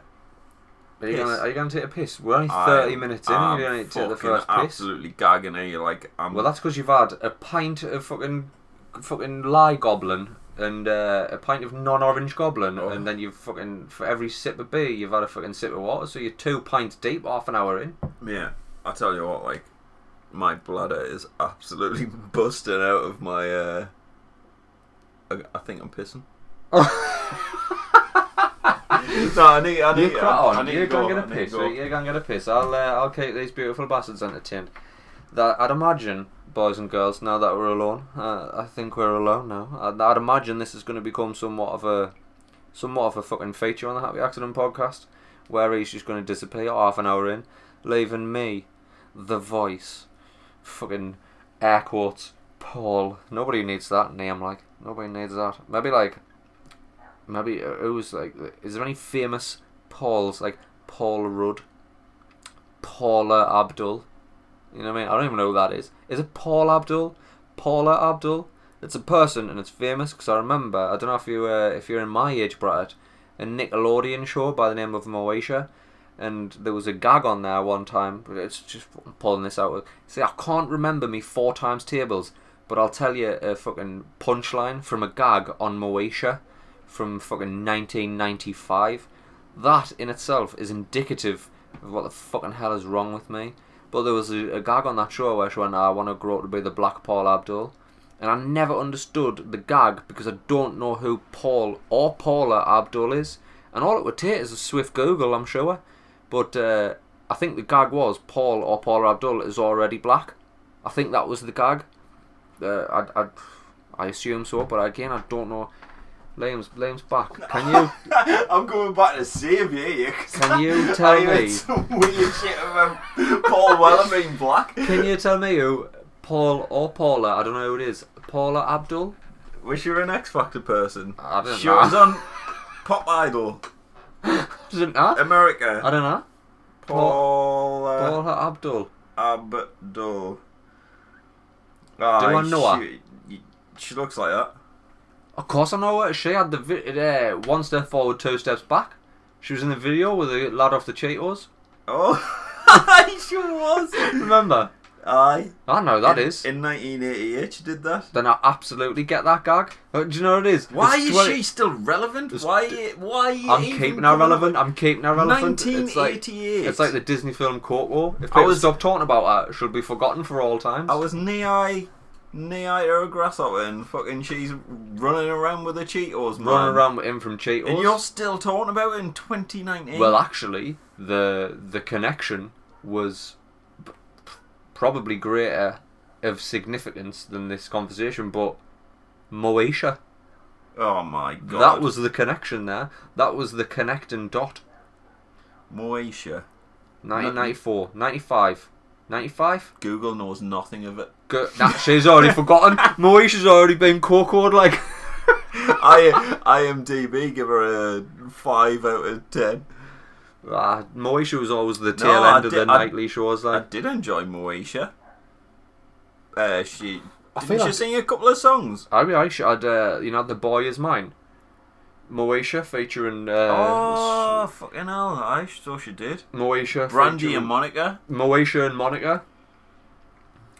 Speaker 1: Are you,
Speaker 2: Piss.
Speaker 1: gonna, are you gonna take a piss? We're only
Speaker 2: I
Speaker 1: 30 minutes in
Speaker 2: am
Speaker 1: and you're gonna take the
Speaker 2: fucking
Speaker 1: first piss.
Speaker 2: Absolutely gagging here. Like I'm.
Speaker 1: Well, that's because you've had a pint of fucking fucking lie goblin and uh, a pint of non-orange goblin,
Speaker 2: Oh.
Speaker 1: and then you've fucking for every sip of beer you've had a fucking sip of water. So you're two pints deep, half an hour in.
Speaker 2: yeah. I tell you what, like my bladder is absolutely busting out of my. uh I, I think I'm pissing. no, I need. I
Speaker 1: You
Speaker 2: need.
Speaker 1: crack
Speaker 2: I, I
Speaker 1: on.
Speaker 2: need
Speaker 1: You're
Speaker 2: to go,
Speaker 1: gonna get
Speaker 2: I
Speaker 1: a
Speaker 2: need
Speaker 1: piss.
Speaker 2: to
Speaker 1: right?
Speaker 2: go.
Speaker 1: You're gonna get a piss. I'll uh, I'll keep these beautiful bastards entertained. That I'd imagine, boys and girls, now that we're alone, uh, I think we're alone now. Uh, I'd, I'd imagine this is going to become somewhat of a somewhat of a fucking feature on the Happy Accident podcast, where he's just going to disappear half an hour in, leaving me, the voice, fucking air quotes, Paul. Nobody needs that name. Like nobody needs that. Maybe like Maybe uh, who's like? Is there any famous Pauls like Paul Rudd, Paula Abdul? You know what I mean? I don't even know who that is. Is it Paul Abdul? Paula Abdul? It's a person and it's famous because I remember. I don't know if you uh, if you're in my age bracket, a Nickelodeon show by the name of Moesha, and there was a gag on there one time. It's just I'm pulling this out. See, I can't remember me four times tables, But I'll tell you a fucking punchline from a gag on Moesha from fucking 1995. That in itself is indicative of what the fucking hell is wrong with me. But there was a, a gag on that show where she went, I want to grow up to be the black Paul Abdul. And I never understood the gag because I don't know who Paul or Paula Abdul is. And all it would take is a swift Google, I'm sure. But uh, I think the gag was Paul or Paula Abdul is already black. I think that was the gag. Uh, I, I, I assume so, but again, I don't know. Liam's, Liam's back. Can you
Speaker 2: I'm going back to save you here. 'cause
Speaker 1: Can you
Speaker 2: I
Speaker 1: tell
Speaker 2: heard
Speaker 1: me-
Speaker 2: some weird shit about Paul Weller being black?
Speaker 1: Can you tell me who Paul or Paula? I don't know who it is. Paula Abdul.
Speaker 2: Wish you were an X Factor person.
Speaker 1: I don't
Speaker 2: she
Speaker 1: know.
Speaker 2: was on Pop Idol,
Speaker 1: I don't know.
Speaker 2: America.
Speaker 1: I don't know.
Speaker 2: Paul uh,
Speaker 1: Paula Abdul.
Speaker 2: Abdul. Do
Speaker 1: I know her?
Speaker 2: she, y- She looks like that.
Speaker 1: Of course I know her. She had the vi- uh, one step forward, two steps back. She was in the video with the lad off the Cheetos.
Speaker 2: Oh, she sure was.
Speaker 1: Remember?
Speaker 2: Aye.
Speaker 1: I know that
Speaker 2: in,
Speaker 1: is.
Speaker 2: In 1988, she did that.
Speaker 1: Then I absolutely get that gag. Uh, Do you know what it is?
Speaker 2: Why
Speaker 1: It's
Speaker 2: is
Speaker 1: 20
Speaker 2: she still relevant?
Speaker 1: It's-
Speaker 2: Why? i- Why? are you
Speaker 1: I'm
Speaker 2: even
Speaker 1: keeping her
Speaker 2: coming
Speaker 1: relevant.
Speaker 2: up
Speaker 1: I'm keeping her
Speaker 2: with-
Speaker 1: relevant. It's like
Speaker 2: 1988.
Speaker 1: it's like the Disney film Coco. If
Speaker 2: I
Speaker 1: people
Speaker 2: was-
Speaker 1: stop talking about her, she'll be forgotten for all time.
Speaker 2: I was knee high, knee high to a grasshopper, and fucking she's running around with the Cheetos, man.
Speaker 1: running around with him from Cheetos.
Speaker 2: And you're still talking about it in 2019.
Speaker 1: Well, actually, the the connection was p- probably greater of significance than this conversation, but Moesha.
Speaker 2: oh my god,
Speaker 1: That was the connection there. That was the connecting dot.
Speaker 2: Moesha.
Speaker 1: 1994, 95, 95?
Speaker 2: Google knows nothing of it.
Speaker 1: Go- nah, she's already forgotten. Moesha's already been cocoed like.
Speaker 2: I IMDb give her a five out of ten.
Speaker 1: Ah, Moesha was always the tail
Speaker 2: I
Speaker 1: end of
Speaker 2: did-
Speaker 1: the
Speaker 2: I-
Speaker 1: nightly shows.
Speaker 2: I
Speaker 1: Like,
Speaker 2: did enjoy Moesha. Uh, she
Speaker 1: I feel
Speaker 2: didn't she
Speaker 1: like-
Speaker 2: sing a couple of songs?
Speaker 1: I mean, I should, I'd, uh, you know, The Boy Is Mine. Moesha featuring. Uh,
Speaker 2: oh fucking hell! I thought she did.
Speaker 1: Moesha.
Speaker 2: Brandy
Speaker 1: featuring
Speaker 2: and Monica.
Speaker 1: Moesha and Monica.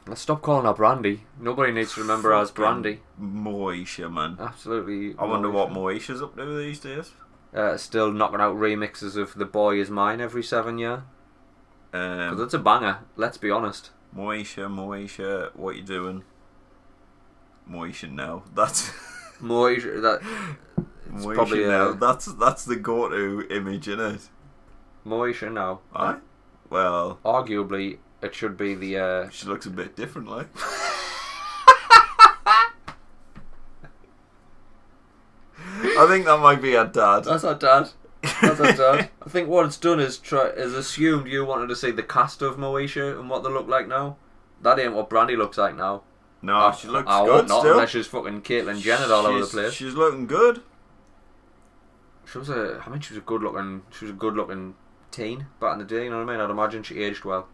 Speaker 1: Let's stop calling her Brandy. Nobody needs to remember her as
Speaker 2: Fucking
Speaker 1: Brandy.
Speaker 2: Moesha, man.
Speaker 1: Absolutely.
Speaker 2: I wonder
Speaker 1: Moesha.
Speaker 2: what Moesha's up to these days.
Speaker 1: Uh, still knocking out remixes of "The Boy Is Mine" every seven year. But
Speaker 2: Um,
Speaker 1: that's a banger. Let's be honest.
Speaker 2: Moesha, Moesha, what you doing? Moesha now. That's
Speaker 1: Moesha. That
Speaker 2: Moesha
Speaker 1: probably,
Speaker 2: now.
Speaker 1: uh,
Speaker 2: That's that's the go-to image, innit? it?
Speaker 1: Moesha now.
Speaker 2: Aye. Well,
Speaker 1: Arguably, it should be the. Uh,
Speaker 2: she looks a bit different, like. I think that might be her dad.
Speaker 1: that's our dad. That's our dad. I think what it's done is try is assumed you wanted to see the cast of Moesha and what they look like now. That ain't what Brandy looks like now. Ah,
Speaker 2: no, she looks
Speaker 1: I
Speaker 2: good
Speaker 1: hope not
Speaker 2: still.
Speaker 1: unless she's fucking Caitlyn Jenner all over the
Speaker 2: She's-
Speaker 1: place.
Speaker 2: She's looking good.
Speaker 1: She was a. I mean, she was a good looking. She was a good looking teen back in the day. You know what I mean? I'd imagine she aged well.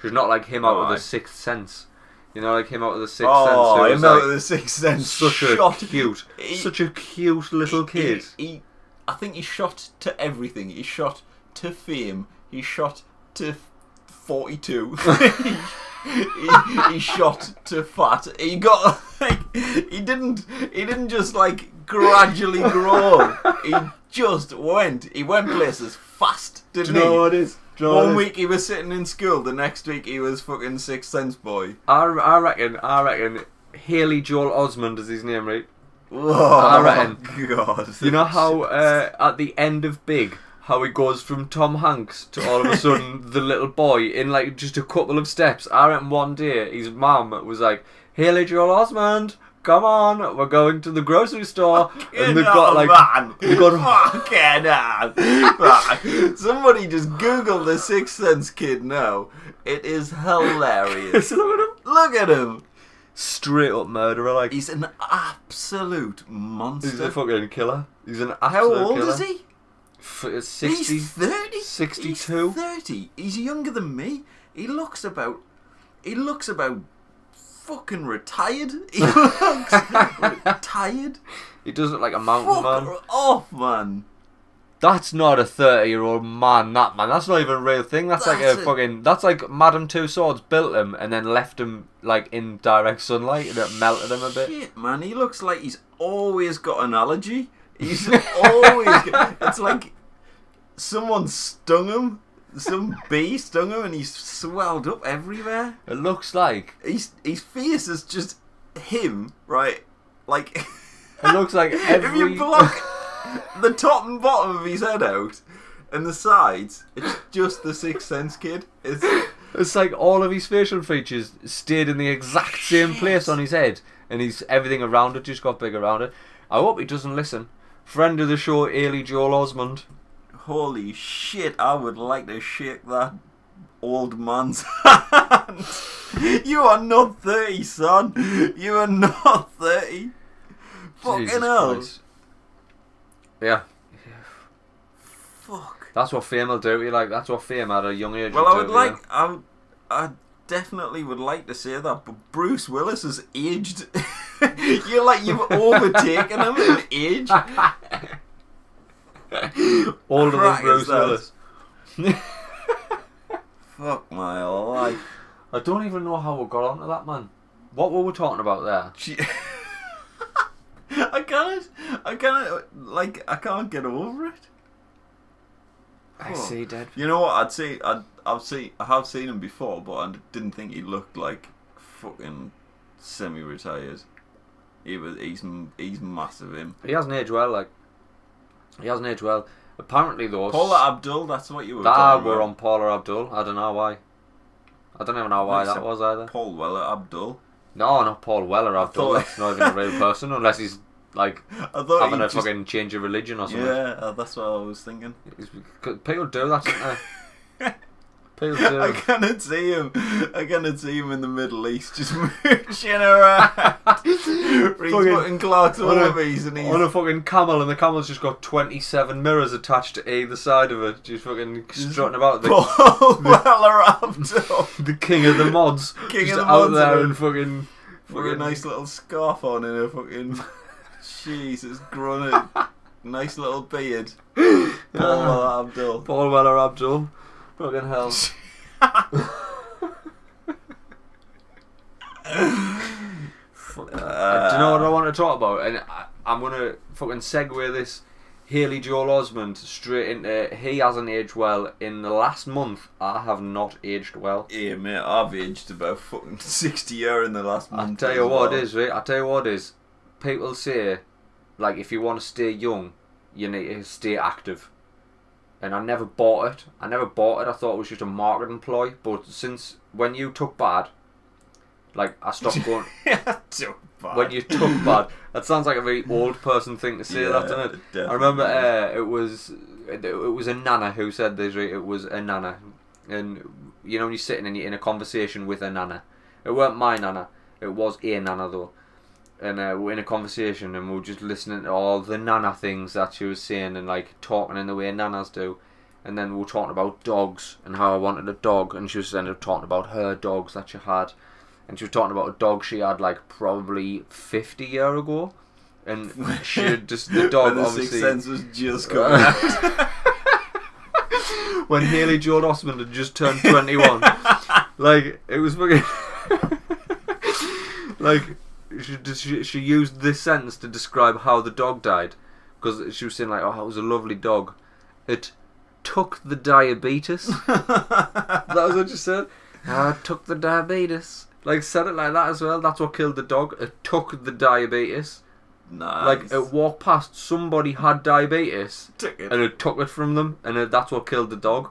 Speaker 1: She's not like him out of
Speaker 2: Aye.
Speaker 1: the sixth sense. You know, like him out of the sixth
Speaker 2: Oh,
Speaker 1: sense. who
Speaker 2: him
Speaker 1: was
Speaker 2: out
Speaker 1: like
Speaker 2: of the sixth sense.
Speaker 1: such a
Speaker 2: shot.
Speaker 1: cute,
Speaker 2: He-
Speaker 1: such a cute little
Speaker 2: he-
Speaker 1: kid.
Speaker 2: He, he- I think he shot to everything. He shot to fame. He shot to f- 42. he, he shot to fat. He got like he didn't he didn't just like gradually grow. he just went. He went places fast, didn't he?
Speaker 1: it is?
Speaker 2: One week he was sitting in school, the next week he was fucking Sixth Sense boy.
Speaker 1: I, I reckon. I reckon. Haley Joel Osmond is his name, right?
Speaker 2: Whoa,
Speaker 1: reckon-
Speaker 2: Oh, God.
Speaker 1: You know how uh, at the end of Big, how he goes from Tom Hanks to all of a sudden the little boy in like just a couple of steps. I reckon one day his mum was like, "Haley Joel Osmond, come on, we're going to the grocery store," and they've got like
Speaker 2: man.
Speaker 1: they've got
Speaker 2: fucking hell. Right. Somebody just Google the Sixth Sense kid now. It is hilarious.
Speaker 1: look at him,
Speaker 2: Look at him.
Speaker 1: straight up murderer. Like he's,
Speaker 2: He's an absolute
Speaker 1: a
Speaker 2: monster.
Speaker 1: fucking killer. He's an
Speaker 2: How
Speaker 1: absolute
Speaker 2: old
Speaker 1: killer.
Speaker 2: is he?
Speaker 1: F- uh, Sixty.
Speaker 2: He's 30.
Speaker 1: 62.
Speaker 2: He's 30. He's younger than me. He looks about. He looks about fucking retired. He looks retired.
Speaker 1: He does look like a mountain
Speaker 2: Fuck
Speaker 1: Oh, man.
Speaker 2: off, man.
Speaker 1: That's not a thirty-year-old man. That man. That's not even a real thing. That's, like
Speaker 2: That's
Speaker 1: a,
Speaker 2: a-
Speaker 1: fucking. That's like Madame Two Swords built him and then left him like in direct sunlight and it melted him a bit.
Speaker 2: Shit, man, he looks like he's always got an allergy. He's always. Got, it's like someone stung him. Some bee stung him, and he's swelled up everywhere.
Speaker 1: It looks like
Speaker 2: He's his face is just him, right? Like
Speaker 1: it looks like every.
Speaker 2: if you block the top and bottom of his head out and the sides, it's just the sixth sense kid. It's
Speaker 1: It's like all of his facial features stayed in the exact same place on his head, and he's everything around it just got big around it. I hope he doesn't listen. Friend of the show, Ailey Joel Osmond.
Speaker 2: holy shit, I would like to shake that old man's hand. You are not thirty, son. You are not thirty. Fucking
Speaker 1: Jesus
Speaker 2: hell.
Speaker 1: Christ. Yeah,
Speaker 2: Fuck.
Speaker 1: that's what fame will do. to you, Like that's what fame at a young age.
Speaker 2: Well
Speaker 1: will
Speaker 2: I
Speaker 1: do
Speaker 2: would
Speaker 1: to
Speaker 2: like
Speaker 1: you.
Speaker 2: I would- I definitely would like to say that, but Bruce Willis has aged You're like you've overtaken him in age.
Speaker 1: older than
Speaker 2: Crack
Speaker 1: Bruce
Speaker 2: is that.
Speaker 1: Willis.
Speaker 2: Fuck my life.
Speaker 1: I don't even know how we got onto that man. What were we talking about there?
Speaker 2: Gee- I can't. I can't. Like I can't get over it.
Speaker 1: I
Speaker 2: Oh.
Speaker 1: see, dead.
Speaker 2: You know what? I'd say I'd, I've seen I have seen him before, but I didn't think he looked like fucking semi-retired. He was he's m- he's massive. Him.
Speaker 1: He hasn't aged well. Like he hasn't aged well. Apparently though,
Speaker 2: Paula Abdul. That's what you were.
Speaker 1: That
Speaker 2: talking
Speaker 1: were
Speaker 2: about.
Speaker 1: on Paula Abdul. I don't know why. I don't even know why
Speaker 2: Nice.
Speaker 1: that was either.
Speaker 2: Paul Weller Abdul.
Speaker 1: No, not Paul Weller Abdul.
Speaker 2: thought-
Speaker 1: That's not even a real person unless he's like
Speaker 2: I thought
Speaker 1: having
Speaker 2: he
Speaker 1: a
Speaker 2: just,
Speaker 1: fucking change of religion or something.
Speaker 2: yeah. uh, That's what I was thinking.
Speaker 1: It's- 'cause People do that, don't they? People
Speaker 2: I
Speaker 1: do.
Speaker 2: cannot see him. I cannot see him in the Middle East just mooching around. he's
Speaker 1: Fucking-
Speaker 2: putting Clark's
Speaker 1: on a-
Speaker 2: wallabies and he's
Speaker 1: On a fucking camel, and the camel's just got 27 mirrors attached to either side of it, just fucking strutting about. The,
Speaker 2: Paul Weller Abdul.
Speaker 1: the king of the mods.
Speaker 2: King
Speaker 1: just
Speaker 2: of the
Speaker 1: out
Speaker 2: mods
Speaker 1: there
Speaker 2: and
Speaker 1: and fucking.
Speaker 2: With a
Speaker 1: fucking-
Speaker 2: nice little scarf on and a fucking Jesus grunted. nice little beard. Paul Weller Abdul.
Speaker 1: Paul Weller Abdul. Fucking hell. Uh, do you know what I want to talk about? And I, I'm gonna fucking segue this Haley Joel Osmond straight into he hasn't aged well in the last month. I have not aged well.
Speaker 2: Yeah, mate, I've aged about fucking 60 year in the last
Speaker 1: I
Speaker 2: month.
Speaker 1: tell you
Speaker 2: as
Speaker 1: what
Speaker 2: well.
Speaker 1: it is, right? I tell you what it is. People say, like, if you want to stay young, you need to stay active. And I never bought it. I never bought it. I thought it was just a marketing ploy. But since when you took bad, like, I stopped going.
Speaker 2: Too bad.
Speaker 1: when you took bad. That sounds like a very old person thing to say,
Speaker 2: Yeah,
Speaker 1: that, doesn't it?
Speaker 2: definitely.
Speaker 1: I remember uh, it was it, it was a nana who said this. Right? It was a nana, and you know when you're sitting and you're in a conversation with a nana. It weren't my nana. It was a nana though, and uh, we're in a conversation and we we're just listening to all the nana things that she was saying and like talking in the way nanas do. And then we were talking about dogs and how I wanted a dog, and she was ended up talking about her dogs that she had, and she was talking about a dog she had like probably fifty year ago, and she had just the dog
Speaker 2: When the
Speaker 1: obviously
Speaker 2: Sixth Sense was just coming out.
Speaker 1: when Haley Joel Osmond had just turned 21. like, it was fucking. like, she, she, she used this sentence to describe how the dog died. Because she was saying, like, oh, it was a lovely dog. It took the diabetes. that was what she said. Ah, it took the diabetes. Like, said it like that as well. That's what killed the dog. It took the diabetes.
Speaker 2: Nice.
Speaker 1: Like, it walked past somebody had diabetes
Speaker 2: took it.
Speaker 1: and it took it from them, and it, that's what killed the dog.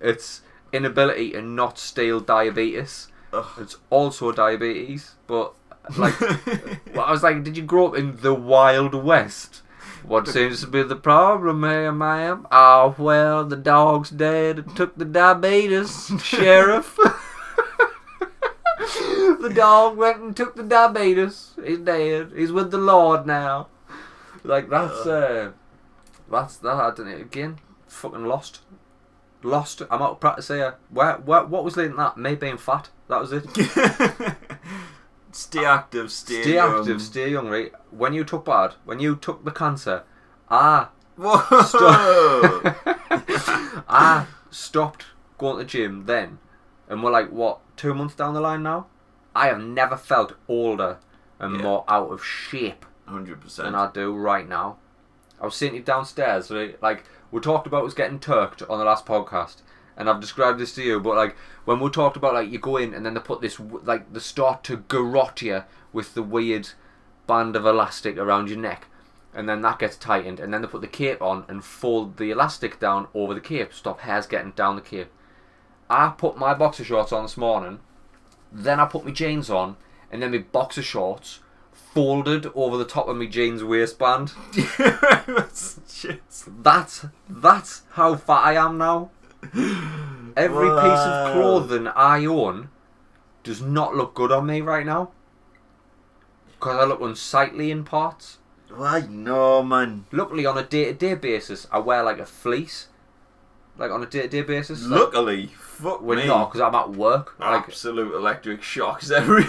Speaker 1: It's inability to not steal diabetes.
Speaker 2: Ugh.
Speaker 1: It's also diabetes, but like, well, I was like, did you grow up in the Wild West? What seems to be the problem here, ma'am? Oh, well, the dog's dead. It took the diabetes, Sheriff. the dog went and took the diabetes. He's dead. He's with the Lord now. Like, that's, uh, that's that. I don't know. Again, fucking lost. Lost. I'm out of practice here. Where, where, what was leading that? Me being fat. That was it.
Speaker 2: stay active, stay,
Speaker 1: Stay
Speaker 2: young.
Speaker 1: active, stay young, right? When you took bad, when you took the cancer, I
Speaker 2: Whoa!
Speaker 1: I stopped going to the gym then, and we're like, what, two months down the line now? I have never felt older and
Speaker 2: Yeah.
Speaker 1: more out of shape
Speaker 2: Hundred
Speaker 1: than
Speaker 2: percent.
Speaker 1: I do right now. I was sitting downstairs, right? like we talked about was getting turked on the last podcast, and I've described this to you. But like when we talked about like you go in and then they put this w- like they start to garrote you with the weird band of elastic around your neck, and then that gets tightened, and then they put the cape on and fold the elastic down over the cape, stop hairs getting down the cape. I put my boxer shorts on this morning, then I put my jeans on, and then my boxer shorts folded over the top of my jeans waistband.
Speaker 2: It's just-
Speaker 1: That's that's how fat I am now. Every piece
Speaker 2: Wow.
Speaker 1: of clothing I own does not look good on me right now. Because I look unsightly in parts.
Speaker 2: Why no, man?
Speaker 1: Luckily, on a day to day basis, I wear like a fleece. Like on a day to day basis. like,
Speaker 2: Luckily, fuck
Speaker 1: we're
Speaker 2: me. Ah.
Speaker 1: not, because I'm at work. Like,
Speaker 2: Absolute electric shocks everywhere.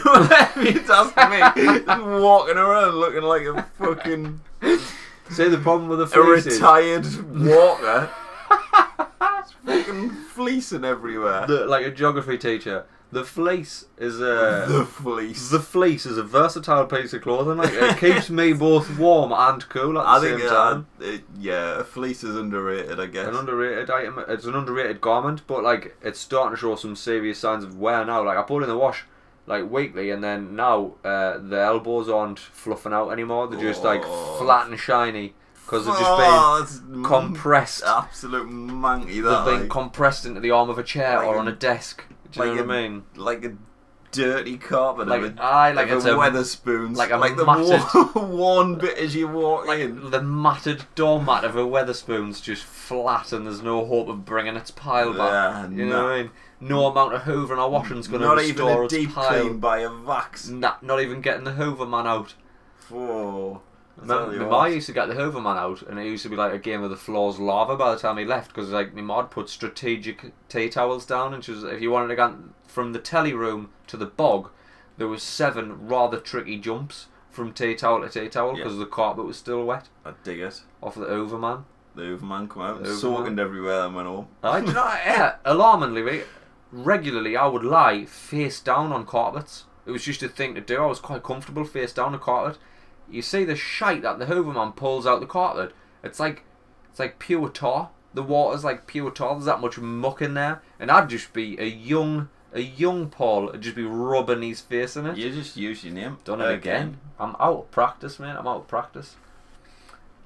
Speaker 2: it's after me. Just walking around looking like a fucking
Speaker 1: see, the problem with the
Speaker 2: a
Speaker 1: fleece is
Speaker 2: retired walker. It's fucking fleecing everywhere.
Speaker 1: the, like a geography teacher. The fleece is a
Speaker 2: The fleece.
Speaker 1: The fleece is a versatile piece of clothing. Like, it keeps me both warm and cool at the
Speaker 2: I
Speaker 1: same
Speaker 2: think, uh,
Speaker 1: time.
Speaker 2: it, yeah, a fleece is underrated, I guess.
Speaker 1: An underrated item. It's an underrated garment, but like it's starting to show some serious signs of wear now. Like I put it in the wash like weekly, and then now uh, the elbows aren't fluffing out anymore. They're just like
Speaker 2: Oh.
Speaker 1: flat and shiny because they've just been
Speaker 2: Oh, that's m-
Speaker 1: compressed.
Speaker 2: Absolute manky,
Speaker 1: They've
Speaker 2: that.
Speaker 1: been
Speaker 2: like,
Speaker 1: compressed into the arm of a chair
Speaker 2: Like
Speaker 1: or
Speaker 2: a-
Speaker 1: on a desk. Do you
Speaker 2: like
Speaker 1: know what
Speaker 2: a-
Speaker 1: I mean?
Speaker 2: like a dirty carpet.
Speaker 1: Like,
Speaker 2: of a,
Speaker 1: aye, like
Speaker 2: of
Speaker 1: it's
Speaker 2: a,
Speaker 1: a-
Speaker 2: Weatherspoons.
Speaker 1: like a
Speaker 2: like the
Speaker 1: matted-
Speaker 2: worn, worn bit as you walk in.
Speaker 1: The matted doormat of a Weatherspoon's just flat, and there's no hope of bringing its pile back.
Speaker 2: Yeah,
Speaker 1: you
Speaker 2: no.
Speaker 1: know what I mean? No amount of hoovering or washing's going to
Speaker 2: Not even
Speaker 1: restore
Speaker 2: a
Speaker 1: its
Speaker 2: deep
Speaker 1: pile.
Speaker 2: clean by a vax.
Speaker 1: Nah, not even getting the Hoover man out.
Speaker 2: Whoa. I
Speaker 1: My,
Speaker 2: tell you
Speaker 1: my
Speaker 2: what.
Speaker 1: ma used to get the Hoover man out, and it used to be like a game of the floor's lava by the time he left, because like my ma'd put strategic tea towels down, and she was if you wanted to get from the telly room to the bog, there was seven rather tricky jumps from tea towel to tea towel
Speaker 2: Yeah.
Speaker 1: because the carpet was still wet
Speaker 2: I dig it.
Speaker 1: off of the Hoover man.
Speaker 2: The Hooverman come out,
Speaker 1: The
Speaker 2: soaking everywhere and went home.
Speaker 1: I do you know. Yeah, Um, alarmingly, mate, regularly I would lie face down on carpets. It was just a thing to do. I was quite comfortable face down on carpet. You see the shite that the Hooverman pulls out the carpet. It's like it's like pure tar. The water's like pure tar. There's that much muck in there, and I'd just be a young a young Paul. I'd just be rubbing his face in it.
Speaker 2: You just use your name.
Speaker 1: Done it again. I'm out of practice, man. I'm out of practice.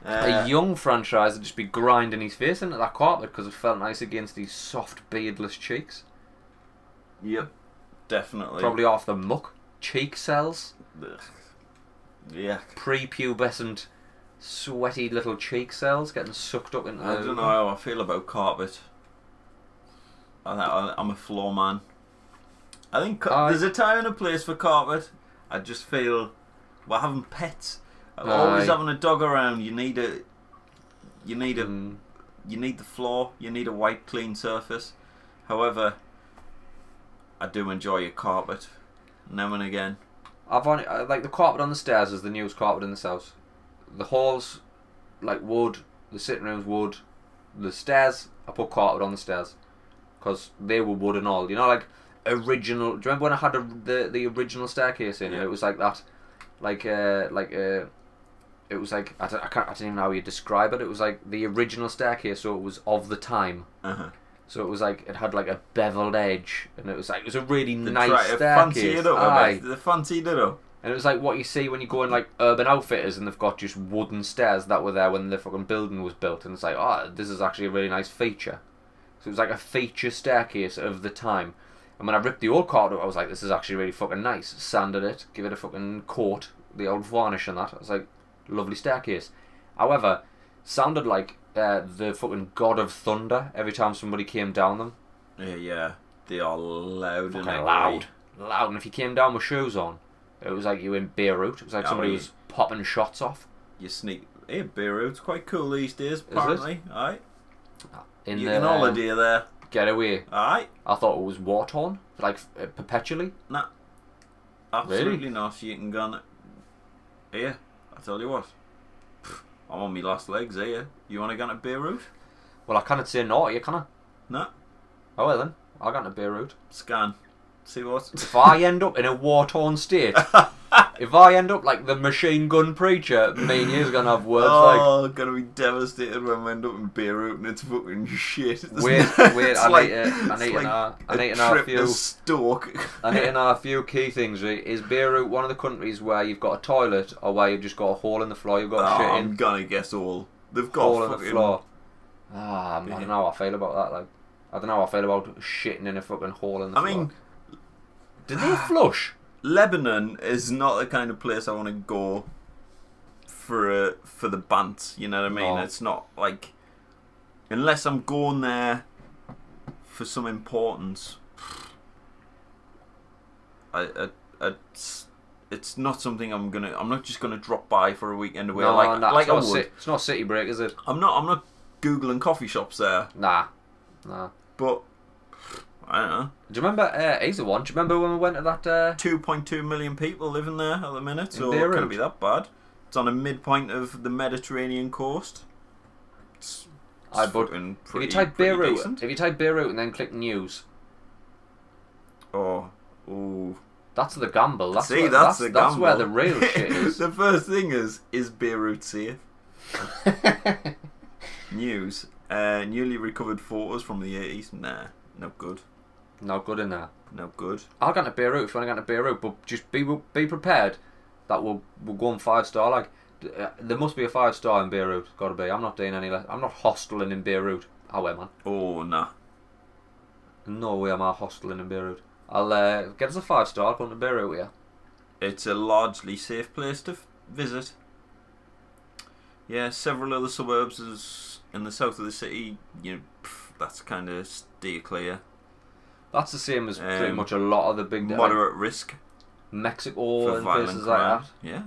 Speaker 2: Uh,
Speaker 1: a young franchise would just be grinding his face in at that carpet because it felt nice against these soft, beardless cheeks.
Speaker 2: Oh, yep. Definitely.
Speaker 1: Probably off the muck. Cheek cells.
Speaker 2: Ugh. Yeah.
Speaker 1: Prepubescent, sweaty little cheek cells getting sucked up into
Speaker 2: I
Speaker 1: the-
Speaker 2: don't know how I feel about carpet. I, I, I'm a floor man. I think ca-
Speaker 1: I-
Speaker 2: there's a time and a place for carpet. I just feel we're having pets. Always
Speaker 1: Aye.
Speaker 2: having a dog around. You need a, you need a,
Speaker 1: Mm,
Speaker 2: you need the floor. You need a white, clean surface. However, I do enjoy a carpet now and again.
Speaker 1: I've only, I- like the carpet on the stairs is the newest carpet in this house. The halls, like wood. The sitting room's wood. The stairs, I put carpet on the stairs because they were wood and all. You know, like original. Do you remember when I had a, the the original staircase in?
Speaker 2: Yeah.
Speaker 1: It was like that, like uh, like uh, it was like I don't, I can't I don't even know how you describe it. It was like the original staircase, so it was of the time.
Speaker 2: Uh-huh.
Speaker 1: So it was like it had like a beveled edge, and it was like it was a really
Speaker 2: They
Speaker 1: nice
Speaker 2: try to fancy
Speaker 1: staircase.
Speaker 2: it up.
Speaker 1: Aye.
Speaker 2: I bet. They fancied it up.
Speaker 1: And it was like what you see when you go in like Urban Outfitters and they've got just wooden stairs that were there when the fucking building was built, and it's like, oh, this is actually a really nice feature. So it was like a feature staircase of the time. And when I ripped the old carpet up, I was like, this is actually really fucking nice. Sanded it, give it a fucking coat, the old varnish and that. I was like, lovely staircase. However, sounded like uh, the fucking god of thunder every time somebody came down them.
Speaker 2: Yeah, yeah. They are loud and
Speaker 1: Fucking
Speaker 2: echoey.
Speaker 1: loud. Loud. And if you came down with shoes on, it was like you were in Beirut. It was like
Speaker 2: Yeah,
Speaker 1: somebody
Speaker 2: we-
Speaker 1: was popping shots off
Speaker 2: You sneak. Hey, Beirut's quite cool these days, apparently. Aye.
Speaker 1: in
Speaker 2: You
Speaker 1: the um,
Speaker 2: can holiday there.
Speaker 1: getaway.
Speaker 2: Aye.
Speaker 1: I thought it was war torn, like uh, perpetually.
Speaker 2: Nah. Absolutely not. You can go on. Here. I tell you what. Pff, I'm on my last legs here. You want to go to Beirut?
Speaker 1: Well, I cannot say no to you, can I?
Speaker 2: No.
Speaker 1: Oh, well then. I'll go to Beirut.
Speaker 2: Scan. See what?
Speaker 1: If I end up in a war torn state, if I end up like the machine gun preacher, me and you's going to have words like.
Speaker 2: oh, gonna be devastated when we end up in Beirut and it's fucking shit.
Speaker 1: Wait, wait,
Speaker 2: It's
Speaker 1: I need
Speaker 2: like-
Speaker 1: to- I
Speaker 2: it's
Speaker 1: need to
Speaker 2: like
Speaker 1: know- I
Speaker 2: a
Speaker 1: need to know a
Speaker 2: trip to
Speaker 1: few-
Speaker 2: Stoke.
Speaker 1: And hitting our few key things right, is Beirut one of the countries where you've got a toilet or where you've just got a hole in the floor, you've got
Speaker 2: Oh,
Speaker 1: shit
Speaker 2: I'm
Speaker 1: in,
Speaker 2: gonna guess all. They've got
Speaker 1: hole in the
Speaker 2: fucking
Speaker 1: floor. Ah, I don't know how I feel about that. Like, I don't know how I feel about shitting in a fucking hole in the
Speaker 2: I
Speaker 1: floor.
Speaker 2: mean,
Speaker 1: did they flush?
Speaker 2: Lebanon is not the kind of place I want to go for uh, for the bant. You know what I mean?
Speaker 1: No.
Speaker 2: It's not like unless I'm going there for some importance. I, I, I it's, it's not something I'm gonna. I'm not just gonna drop by for a weekend away.
Speaker 1: no,
Speaker 2: like
Speaker 1: nah,
Speaker 2: like
Speaker 1: it's,
Speaker 2: I
Speaker 1: not
Speaker 2: would.
Speaker 1: ci- it's not city break, is it?
Speaker 2: I'm not. I'm not googling coffee shops there.
Speaker 1: Nah, nah.
Speaker 2: But I don't know.
Speaker 1: Do you remember? Uh, he's the one. Do you remember when we went to that? Uh,
Speaker 2: 2.2 million people living there at the minute, so it
Speaker 1: Beirut.
Speaker 2: couldn't be that bad. It's on a midpoint of the Mediterranean coast. It's, it's
Speaker 1: Aye, bud.
Speaker 2: fucking
Speaker 1: if you
Speaker 2: pretty,
Speaker 1: type
Speaker 2: pretty
Speaker 1: Beirut,
Speaker 2: decent.
Speaker 1: if you type Beirut and then click news,
Speaker 2: Oh, ooh.
Speaker 1: that's the gamble. That's
Speaker 2: See,
Speaker 1: where,
Speaker 2: that's,
Speaker 1: that's,
Speaker 2: the
Speaker 1: that's where the
Speaker 2: gamble.
Speaker 1: real shit is.
Speaker 2: the first thing is, is Beirut safe? News. Uh, newly recovered photos from the 80s. Nah, no good.
Speaker 1: no good in there.
Speaker 2: No good.
Speaker 1: I'll go to Beirut if you want to go to Beirut, but just be be prepared that we'll we'll go on five star. Like uh, there must be a five star in Beirut. Got to be. I'm not doing any. Less. I'm not hosteling in Beirut. I will, man.
Speaker 2: Oh, nah.
Speaker 1: No way am I hosteling in Beirut. I'll uh, get us a five star. I'll put in Beirut with you.
Speaker 2: It's a largely safe place to f- visit. Yeah, several other suburbs is in the south of the city. You know, pff, that's kind of steer clear.
Speaker 1: That's the same as pretty
Speaker 2: Um,
Speaker 1: much a lot of the big like,
Speaker 2: Moderate risk
Speaker 1: Mexico
Speaker 2: for
Speaker 1: and
Speaker 2: violent
Speaker 1: places like
Speaker 2: crime.
Speaker 1: that.
Speaker 2: Yeah,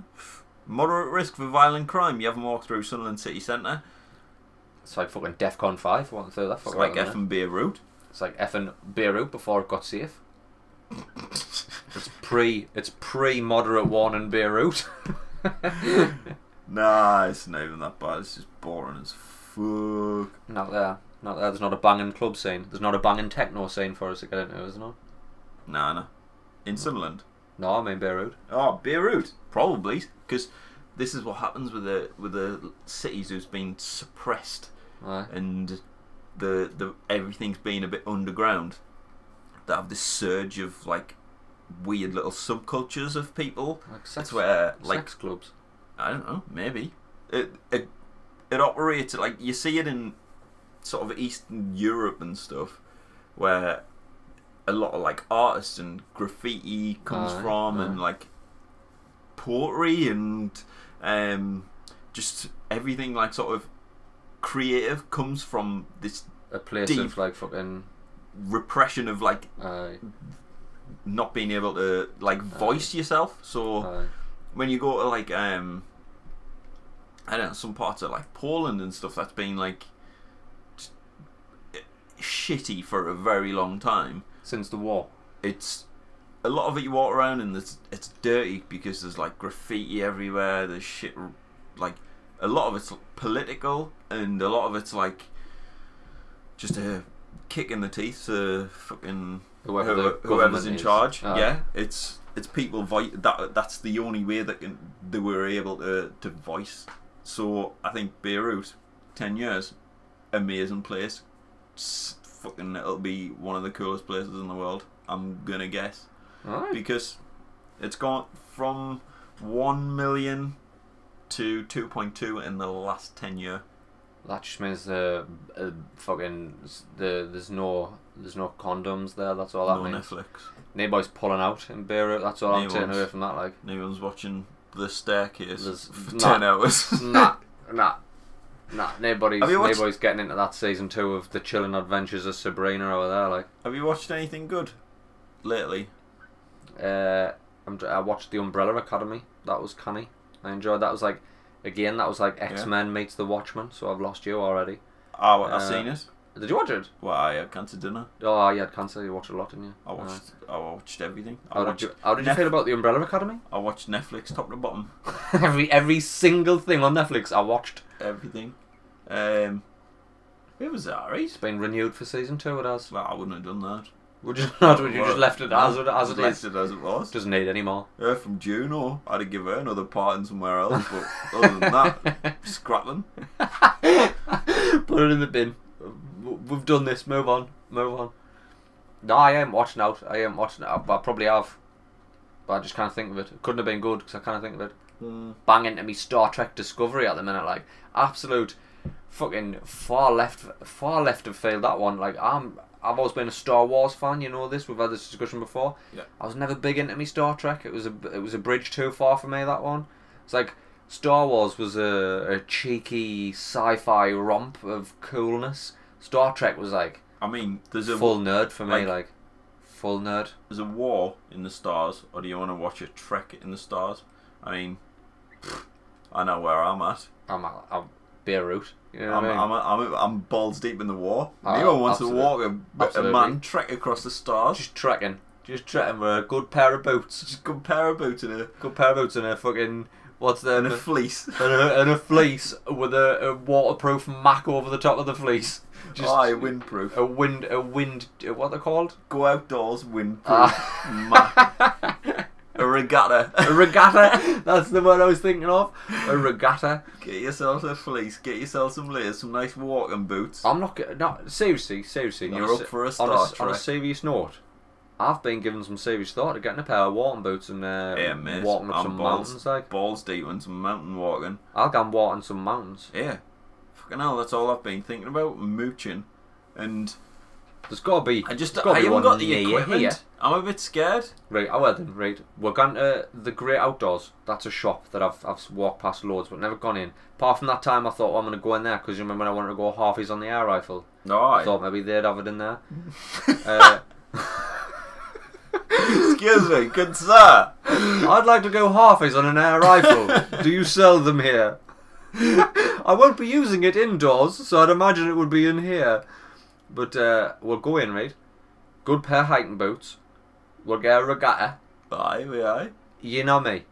Speaker 2: moderate risk for violent crime. You haven't walked through Sunderland city centre.
Speaker 1: It's like fucking DEFCON five. One through that.
Speaker 2: It's
Speaker 1: fucking
Speaker 2: like
Speaker 1: island,
Speaker 2: F and Beirut.
Speaker 1: innit? It's like effing Beirut before it got safe. It's pre. It's pre moderate one in Beirut.
Speaker 2: Nah, it's not even that bad. It's just boring as fuck.
Speaker 1: Not there. Not there. There's not a banging club scene. There's not a banging techno scene for us to get into, is there?
Speaker 2: Nah, nah. In Sunderland.
Speaker 1: No, I mean Beirut.
Speaker 2: Oh, Beirut, probably, because this is what happens with the with the cities who's been suppressed
Speaker 1: Aye.
Speaker 2: and the the everything's been a bit underground. They have this surge of like weird little subcultures of people.
Speaker 1: Like sex,
Speaker 2: That's where like
Speaker 1: sex clubs.
Speaker 2: I don't know, maybe it it it operates like you see it in sort of Eastern Europe and stuff where a lot of like artists and graffiti comes
Speaker 1: Aye,
Speaker 2: from and
Speaker 1: aye.
Speaker 2: like poetry and um just everything like sort of creative comes from this
Speaker 1: A place
Speaker 2: deep.
Speaker 1: of like fucking.
Speaker 2: repression of like
Speaker 1: Uh,
Speaker 2: not being able to like voice yourself so
Speaker 1: uh,
Speaker 2: when you go to like um I don't know some parts of like Poland and stuff that's been like just, eh, shitty for a very long time.
Speaker 1: since the war.
Speaker 2: It's a lot of it you walk around and it's it's dirty because there's like graffiti everywhere. There's shit r- like a lot of it's political and a lot of it's like just a kick in the teeth to fucking
Speaker 1: Whoever the
Speaker 2: whoever, whoever's
Speaker 1: government
Speaker 2: in
Speaker 1: is. Ah.
Speaker 2: charge.
Speaker 1: Aye.
Speaker 2: Yeah, it's it's people voice that that's the only way that can, they were able to to voice. So I think Beirut, ten years, amazing place. S fucking, it'll be one of the coolest places in the world. I'm gonna guess
Speaker 1: Alright.
Speaker 2: because it's gone from one million to two point two in the last ten year.
Speaker 1: That just means the uh, fucking s- the there's no there's no condoms there. That's all that
Speaker 2: No
Speaker 1: means.
Speaker 2: Netflix.
Speaker 1: Neighbours pulling out in Beirut. That's all I'm taking
Speaker 2: Neighbours.
Speaker 1: away from that. Like
Speaker 2: No one's watching the staircase
Speaker 1: There's
Speaker 2: for
Speaker 1: not-
Speaker 2: ten hours.
Speaker 1: nah, nah, nah. Nobody's
Speaker 2: Have you watched-
Speaker 1: nobody's getting into that season two of the chilling adventures of Sabrina over there. Like.
Speaker 2: Have you watched anything good lately?
Speaker 1: Uh, I'm, I watched The Umbrella Academy. That was canny. I enjoyed that. Was like, again, that was like X Men meets The Watchmen. So I've lost you already.
Speaker 2: Oh, I've
Speaker 1: Uh,
Speaker 2: seen it.
Speaker 1: Did you watch it?
Speaker 2: Well, I had cancer dinner.
Speaker 1: Oh, you had cancer. You watched a lot, didn't you?
Speaker 2: I
Speaker 1: Uh,
Speaker 2: watched. I watched everything. I
Speaker 1: how
Speaker 2: watched.
Speaker 1: did you, how did you
Speaker 2: Netf-
Speaker 1: feel about The Umbrella Academy?
Speaker 2: I watched Netflix top to bottom.
Speaker 1: every every single thing on Netflix I watched.
Speaker 2: Uh, everything. Um, it was alright.
Speaker 1: It's been renewed for season two. It has.
Speaker 2: Well, I wouldn't have done that.
Speaker 1: Would you not? Would you
Speaker 2: Well,
Speaker 1: just left it as it as it
Speaker 2: left
Speaker 1: is?
Speaker 2: it as it was.
Speaker 1: Doesn't need any more.
Speaker 2: Yeah, from Juno, I'd have given her another part in somewhere else. But other than that, scrapping.
Speaker 1: Put it in the bin. W- We've done this. Move on. Move on. No, I am watching out. I am watching out. I probably have, but I just can't think of it. It couldn't have been good because I can't think of it.
Speaker 2: Mm.
Speaker 1: Bang into me Star Trek Discovery at the minute, like absolute fucking far left, far left of field. That one, like I'm. I've always been a Star Wars fan. You know this. We've had this discussion before.
Speaker 2: Yeah.
Speaker 1: I was never big into me Star Trek. It was a it was a bridge too far for me that one. It's like Star Wars was a, a cheeky sci-fi romp of coolness. Star Trek was like
Speaker 2: I mean, there's a
Speaker 1: full nerd for me,
Speaker 2: like-
Speaker 1: like, full nerd.
Speaker 2: there's a war in the stars, or do you want to watch a trek in the stars? I mean, I know where I'm at.
Speaker 1: I'm a, I'm Beirut. You know what
Speaker 2: I'm,
Speaker 1: I mean?
Speaker 2: I'm, I'm, I'm balls deep in the war.
Speaker 1: Ah,
Speaker 2: Neo wants
Speaker 1: absolute-
Speaker 2: to walk a- a,
Speaker 1: absolutely.
Speaker 2: man trek across the stars.
Speaker 1: just trekking, just trekking with a good pair of boots,
Speaker 2: Just compare a boat and a,
Speaker 1: good pair of boots and a fucking what's the
Speaker 2: and
Speaker 1: and
Speaker 2: a fleece.
Speaker 1: a, and a fleece with a, a waterproof mac over the top of the fleece. Just
Speaker 2: Aye, windproof.
Speaker 1: a wind, a wind, uh, what they're called?
Speaker 2: Go outdoors, windproof.
Speaker 1: Ah.
Speaker 2: Ma- a regatta.
Speaker 1: A regatta. That's the word I was thinking of. A regatta.
Speaker 2: Get yourself a fleece. Get yourself some layers, some nice walking boots.
Speaker 1: I'm not. g- No, seriously, seriously.
Speaker 2: You're
Speaker 1: on
Speaker 2: up
Speaker 1: se-
Speaker 2: for a
Speaker 1: on
Speaker 2: Star
Speaker 1: s- On a
Speaker 2: Trek.
Speaker 1: serious note, I've been given some serious thought to getting a pair of walking boots and uh,
Speaker 2: Yeah, mate.
Speaker 1: walking up
Speaker 2: I'm
Speaker 1: some
Speaker 2: balls,
Speaker 1: mountains. Like
Speaker 2: balls deep in some mountain walking.
Speaker 1: I'll go and walking some mountains.
Speaker 2: Yeah. Fucking hell, that's all I've been thinking about. Mooching. And
Speaker 1: There's got to be.
Speaker 2: I just,
Speaker 1: there's
Speaker 2: I
Speaker 1: gotta be
Speaker 2: haven't
Speaker 1: one
Speaker 2: got the
Speaker 1: near you
Speaker 2: equipment.
Speaker 1: here.
Speaker 2: I'm a bit scared.
Speaker 1: Right, oh well then, right. We're going to the Great Outdoors. That's a shop that I've, I've walked past loads but never gone in. Apart from that time, I thought, well, I'm going to go in there because you remember when I wanted to go halfies on the air rifle?
Speaker 2: No,
Speaker 1: I thought maybe they'd have it in there. uh,
Speaker 2: Excuse me, good sir.
Speaker 1: I'd like to go halfies on an air rifle. Do you sell them here? I won't be using it indoors, so I'd imagine it would be in here. But uh, we'll go in, right? Good pair of hiking boots. We'll get a regatta.
Speaker 2: Aye, we aye.
Speaker 1: You know me.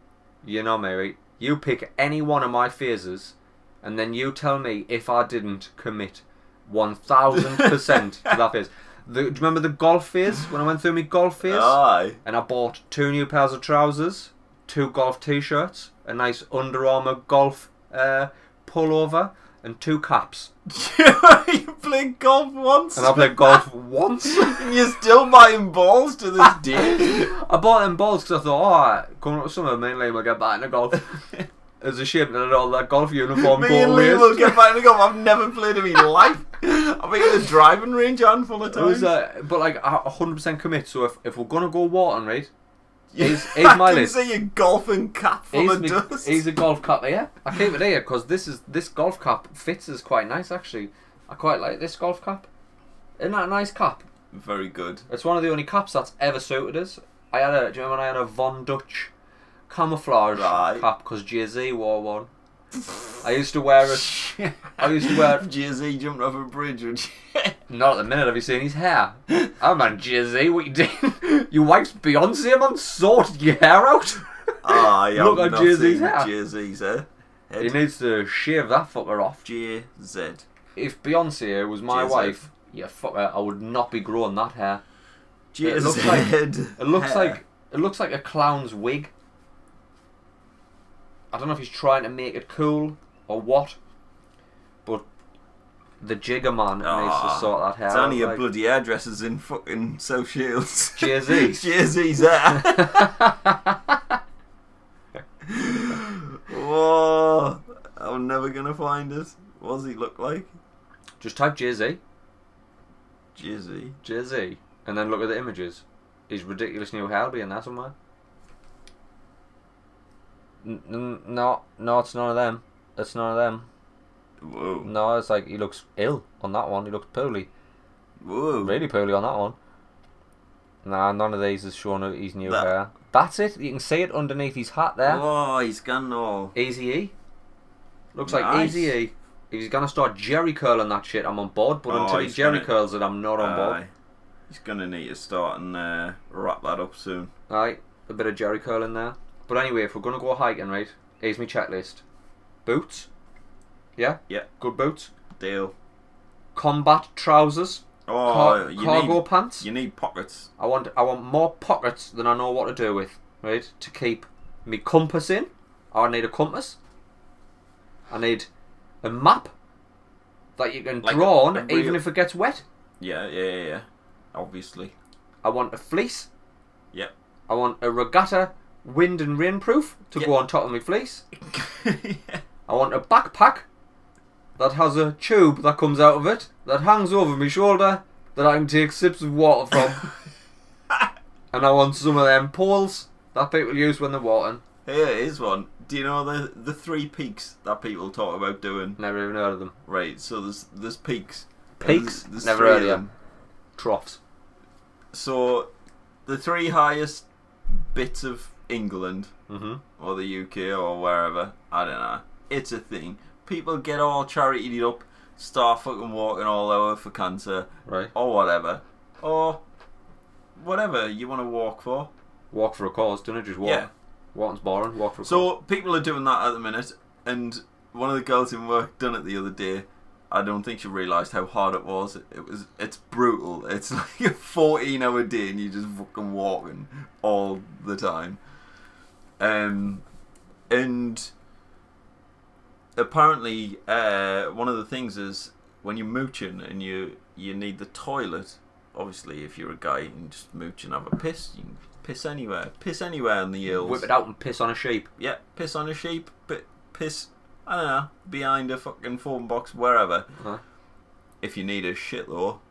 Speaker 1: You know me, right? You pick any one of my phases, and then you tell me if I didn't commit 1000% to that phase. The, do you remember the golf phase? When I went through my golf phase?
Speaker 2: Aye.
Speaker 1: and I bought two new pairs of trousers, two golf t-shirts, a nice Under Armour golf uh, pullover, and two caps.
Speaker 2: you played golf once.
Speaker 1: And I played golf once.
Speaker 2: And you're still buying balls to this day.
Speaker 1: I bought them balls because I thought, all right, coming up with summer, me and Liam will get back into golf. It's a shame that I had all that golf uniform
Speaker 2: Me
Speaker 1: go
Speaker 2: and Lee
Speaker 1: waste.
Speaker 2: will get back to golf. I've never played in my life. I've been in the driving range a handful of
Speaker 1: It was,
Speaker 2: times.
Speaker 1: uh, but like I 100% commit. So if, if we're gonna go watering, right? here's-
Speaker 2: I
Speaker 1: here's my
Speaker 2: can
Speaker 1: list.
Speaker 2: see your golfing cap full
Speaker 1: He's,
Speaker 2: of
Speaker 1: me-
Speaker 2: dust.
Speaker 1: he's a golf cap here. I keep it here because this is this golf cap fits us quite nice actually. I quite like this golf cap. Isn't that a nice cap?
Speaker 2: Very good.
Speaker 1: It's one of the only caps that's ever suited us. I had a, do you remember when I had a Von Dutch camouflage
Speaker 2: Right.
Speaker 1: cap because Jay Z wore one. I used to wear it. I used to wear-
Speaker 2: Jay Z jumped off a bridge. Would you?
Speaker 1: Not at the minute. Have you seen his hair? Oh man, Jay Z, what you doing? Your wife's Beyonce, man. Sorted your hair out.
Speaker 2: Ah, yeah.
Speaker 1: Look
Speaker 2: I've
Speaker 1: at
Speaker 2: not
Speaker 1: Jay-Z's
Speaker 2: seen
Speaker 1: hair.
Speaker 2: Jay-Z's hair.
Speaker 1: he needs to shave that fucker off.
Speaker 2: Jay-Z.
Speaker 1: If Beyonce was my
Speaker 2: Jay-Z.
Speaker 1: wife, yeah, fucker, I would not be growing that hair.
Speaker 2: Jay-Z.
Speaker 1: It looks like- It looks like it looks like a clown's wig. I don't know if he's trying to make it cool or what, but the jigger man needs to
Speaker 2: Ah,
Speaker 1: sort that hair.
Speaker 2: It's
Speaker 1: out,
Speaker 2: only a
Speaker 1: like-
Speaker 2: bloody hairdressers in fucking South Shields. eh,
Speaker 1: Jay-Z.
Speaker 2: Jay-Z's hair. Whoa. I'm never going to find us. What does he look like?
Speaker 1: Just type Jay Z,
Speaker 2: Jay-Z.
Speaker 1: Jay Z, and then look at the images. His ridiculous new hair will be in there somewhere. N- n- no, no, it's none of them. It's none of them.
Speaker 2: Whoa.
Speaker 1: No, it's like he looks ill on that one. He looks poorly.
Speaker 2: Whoa.
Speaker 1: really poorly on that one. Nah, none of these is showing his new
Speaker 2: That-
Speaker 1: hair. That's it. You can see it underneath his hat there.
Speaker 2: Whoa, he's gone all.
Speaker 1: Easy E. Looks like
Speaker 2: Nice.
Speaker 1: Easy E. If he's gonna start jerry curling that shit, I'm on board. But
Speaker 2: Oh,
Speaker 1: until he
Speaker 2: he's
Speaker 1: jerry
Speaker 2: gonna-
Speaker 1: curls it, I'm not on board.
Speaker 2: Aye. He's going to need to start and uh, wrap that up soon.
Speaker 1: Aye, a bit of jerry curling there. But anyway, if we're gonna go hiking, right? Here's my checklist: boots, Yeah?
Speaker 2: Yeah.
Speaker 1: Good boots.
Speaker 2: Deal.
Speaker 1: Combat trousers.
Speaker 2: Oh,
Speaker 1: Car-
Speaker 2: you
Speaker 1: cargo
Speaker 2: need
Speaker 1: pants.
Speaker 2: you need pockets.
Speaker 1: I want I want more pockets than I know what to do with, right? To keep me compass in. I need a compass. I need a map that you can
Speaker 2: Like
Speaker 1: draw on
Speaker 2: a
Speaker 1: even
Speaker 2: real-
Speaker 1: if it gets wet.
Speaker 2: Yeah, yeah, yeah. yeah. Obviously.
Speaker 1: I want a fleece.
Speaker 2: Yep.
Speaker 1: I want a regatta wind and rain proof to go
Speaker 2: Yeah.
Speaker 1: on top of my fleece.
Speaker 2: yeah.
Speaker 1: I want a backpack that has a tube that comes out of it that hangs over my shoulder that I can take sips of water from. and I want some of them poles that people use when they're watering.
Speaker 2: Here is one. Do you know the the three peaks that people talk about doing?
Speaker 1: Never even heard of them.
Speaker 2: Right. So there's there's peaks. And
Speaker 1: Peaks?
Speaker 2: There's, there's
Speaker 1: Never
Speaker 2: three
Speaker 1: heard
Speaker 2: of
Speaker 1: of them. Troughs.
Speaker 2: So the three highest bits of England
Speaker 1: Mm-hmm.
Speaker 2: or the UK or wherever. I don't know. It's a thing. People get all charitied up, start fucking walking all over for cancer
Speaker 1: Right.
Speaker 2: or whatever, or whatever you want to walk for.
Speaker 1: Walk for a cause, don't it? Just walk.
Speaker 2: Yeah.
Speaker 1: Walking's boring. Walk for a cause.
Speaker 2: So people are doing that at the minute, and one of the girls in work done it the other day. I don't think she realised how hard it was. It was, it's brutal. It's like a fourteen-hour day, and you're just fucking walking all the time. Um, and apparently, uh, one of the things is when you're mooching and you you need the toilet. Obviously, if you're a guy, you can just mooch and have a piss. You can piss anywhere. Piss anywhere in the hills.
Speaker 1: Whip it out and piss on a sheep.
Speaker 2: Yeah, piss on a sheep, but piss, I don't know, behind a fucking phone box, wherever.
Speaker 1: Huh?
Speaker 2: If you need a shit though,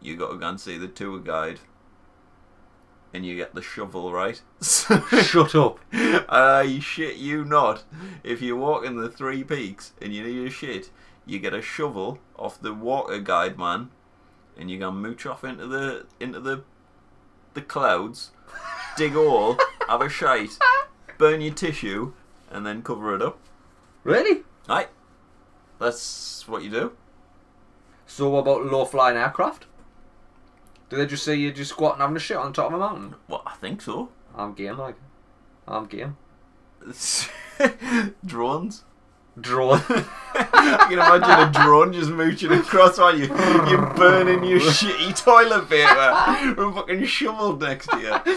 Speaker 2: you gotta go and see the tour guide. And you get the shovel, right?
Speaker 1: Shut up.
Speaker 2: I shit you not. If you walk in the three peaks and you need a shit, you get a shovel off the water guide man, and you can mooch off into the into the the clouds, dig all, have a shite, burn your tissue, and then cover it up.
Speaker 1: Really?
Speaker 2: Right, that's what you do.
Speaker 1: So what about low-flying aircraft? Do they just see you just squatting having a shit on top of a mountain?
Speaker 2: Well, I think so.
Speaker 1: I'm game, like. I'm game.
Speaker 2: Drones.
Speaker 1: Drawn.
Speaker 2: I can imagine a drone just mooching across while you, you're burning your shitty toilet paper with a fucking shovel next to you.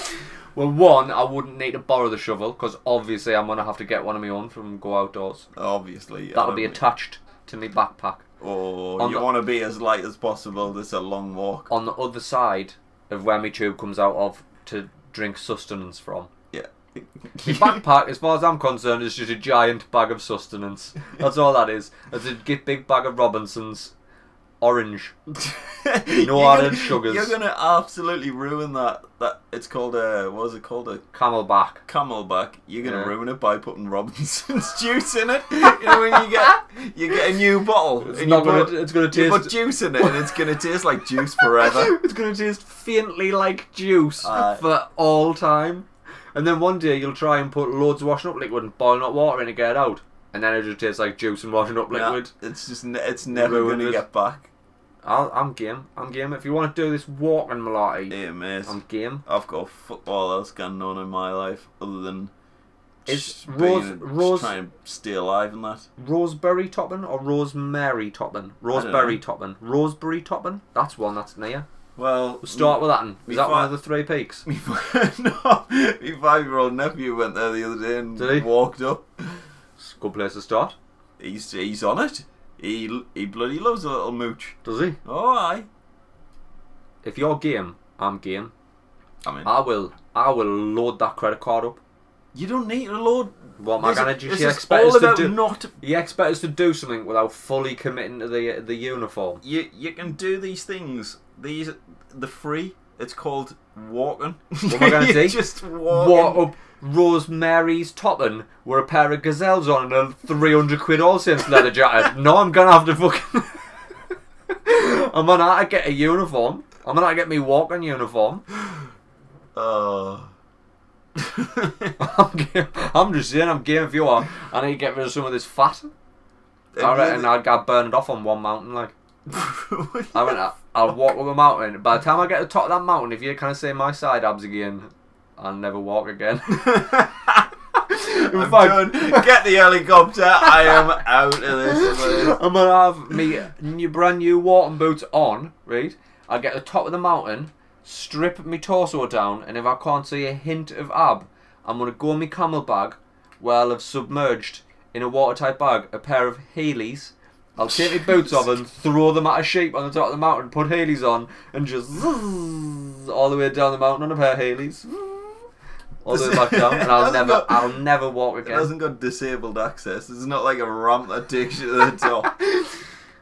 Speaker 1: well, one, I wouldn't need to borrow the shovel because obviously I'm gonna have to get one of my own from Go Outdoors.
Speaker 2: Obviously. I
Speaker 1: That'll be
Speaker 2: don't-
Speaker 1: attached to my backpack.
Speaker 2: Oh, you
Speaker 1: the-
Speaker 2: want to be as light as possible. This is a long walk.
Speaker 1: On the other side of where my tube comes out of to drink sustenance from.
Speaker 2: Yeah.
Speaker 1: My backpack, as far as I'm concerned, is just a giant bag of sustenance. That's all that is. It's a gi- big bag of Robinsons, orange.
Speaker 2: You're
Speaker 1: added
Speaker 2: gonna-
Speaker 1: sugars.
Speaker 2: You're gonna absolutely ruin that. That it's called a what is it called a
Speaker 1: Camelback.
Speaker 2: Camelback, you're gonna
Speaker 1: Yeah.
Speaker 2: ruin it by putting Robinson's juice in it. You know when you get you get a new bottle
Speaker 1: It's
Speaker 2: and
Speaker 1: not
Speaker 2: you
Speaker 1: gonna-
Speaker 2: put,
Speaker 1: it's gonna
Speaker 2: you put
Speaker 1: taste-
Speaker 2: juice in it and it's gonna taste like juice forever.
Speaker 1: it's going to taste faintly like juice
Speaker 2: Aye.
Speaker 1: for all time. And then one day you'll try and put loads of washing up liquid and boiling up water in to get it out. And then it just tastes like juice and washing up
Speaker 2: Nah,
Speaker 1: liquid.
Speaker 2: it's just ne- it's never
Speaker 1: Ruined
Speaker 2: gonna
Speaker 1: it.
Speaker 2: get back.
Speaker 1: I'll, I'm game. I'm game. If you want to do this walking malarkey,
Speaker 2: Yeah, mate.
Speaker 1: I'm game.
Speaker 2: I've got football else going on in my life other than
Speaker 1: Is
Speaker 2: just
Speaker 1: Rose-
Speaker 2: being- just
Speaker 1: Rose-
Speaker 2: trying to stay alive and that.
Speaker 1: Roseberry topping or rosemary topping? Roseberry topping. Roseberry topping? That's one that's near.
Speaker 2: Well,
Speaker 1: We'll start with that one.
Speaker 2: we
Speaker 1: Is that one
Speaker 2: fi-
Speaker 1: of the three peaks?
Speaker 2: Me, fi- no, my five-year-old nephew went there the other day and
Speaker 1: Did he?
Speaker 2: walked up.
Speaker 1: It's a good place to start.
Speaker 2: He's he's on it. He he bloody loves a little mooch.
Speaker 1: Does he?
Speaker 2: Oh, aye.
Speaker 1: If you're game, I'm game.
Speaker 2: I mean,
Speaker 1: I will. I will load that credit card up.
Speaker 2: you don't need to load.
Speaker 1: What am I
Speaker 2: This is-
Speaker 1: gonna do?
Speaker 2: This
Speaker 1: You
Speaker 2: is
Speaker 1: expect
Speaker 2: all
Speaker 1: us to
Speaker 2: about
Speaker 1: do?
Speaker 2: not.
Speaker 1: You expect us to do something without fully committing to the the uniform?
Speaker 2: You you can do these things. These the free. It's called walking. What
Speaker 1: am I gonna do?
Speaker 2: Just
Speaker 1: What
Speaker 2: walking.
Speaker 1: up? Rosemary's topping were a pair of gazelles on and a 300 quid all since leather jacket. no, I'm gonna have to fucking. I'm gonna have to get a uniform. I'm gonna have to get me walking uniform.
Speaker 2: Oh.
Speaker 1: I'm, game. I'm just saying, I'm game if you are. I need to get rid of some of this fat. I reckon I'd get burned off on one mountain, like. I went. I- I'll walk up a mountain. By the time I get to the top of that mountain, if you kind of say my side abs again, I'll never walk again. In
Speaker 2: I'm
Speaker 1: fact-
Speaker 2: done. Get the helicopter. I am out of this.
Speaker 1: I'm gonna have me new brand new walking boots on, right? I'll get to the top of the mountain, strip me torso down, and if I can't see a hint of ab, I'm gonna go in my camel bag where I'll have submerged in a watertight bag a pair of Heelys. I'll take my boots off and throw them at a sheep on the top of the mountain, put Heelys on, and just zzzz all the way down the mountain on a pair of Heelys. All the way back down, and I'll
Speaker 2: That's
Speaker 1: never,
Speaker 2: not-
Speaker 1: I'll never walk
Speaker 2: It
Speaker 1: again.
Speaker 2: hasn't got disabled access. It's not like a ramp that takes you to the top.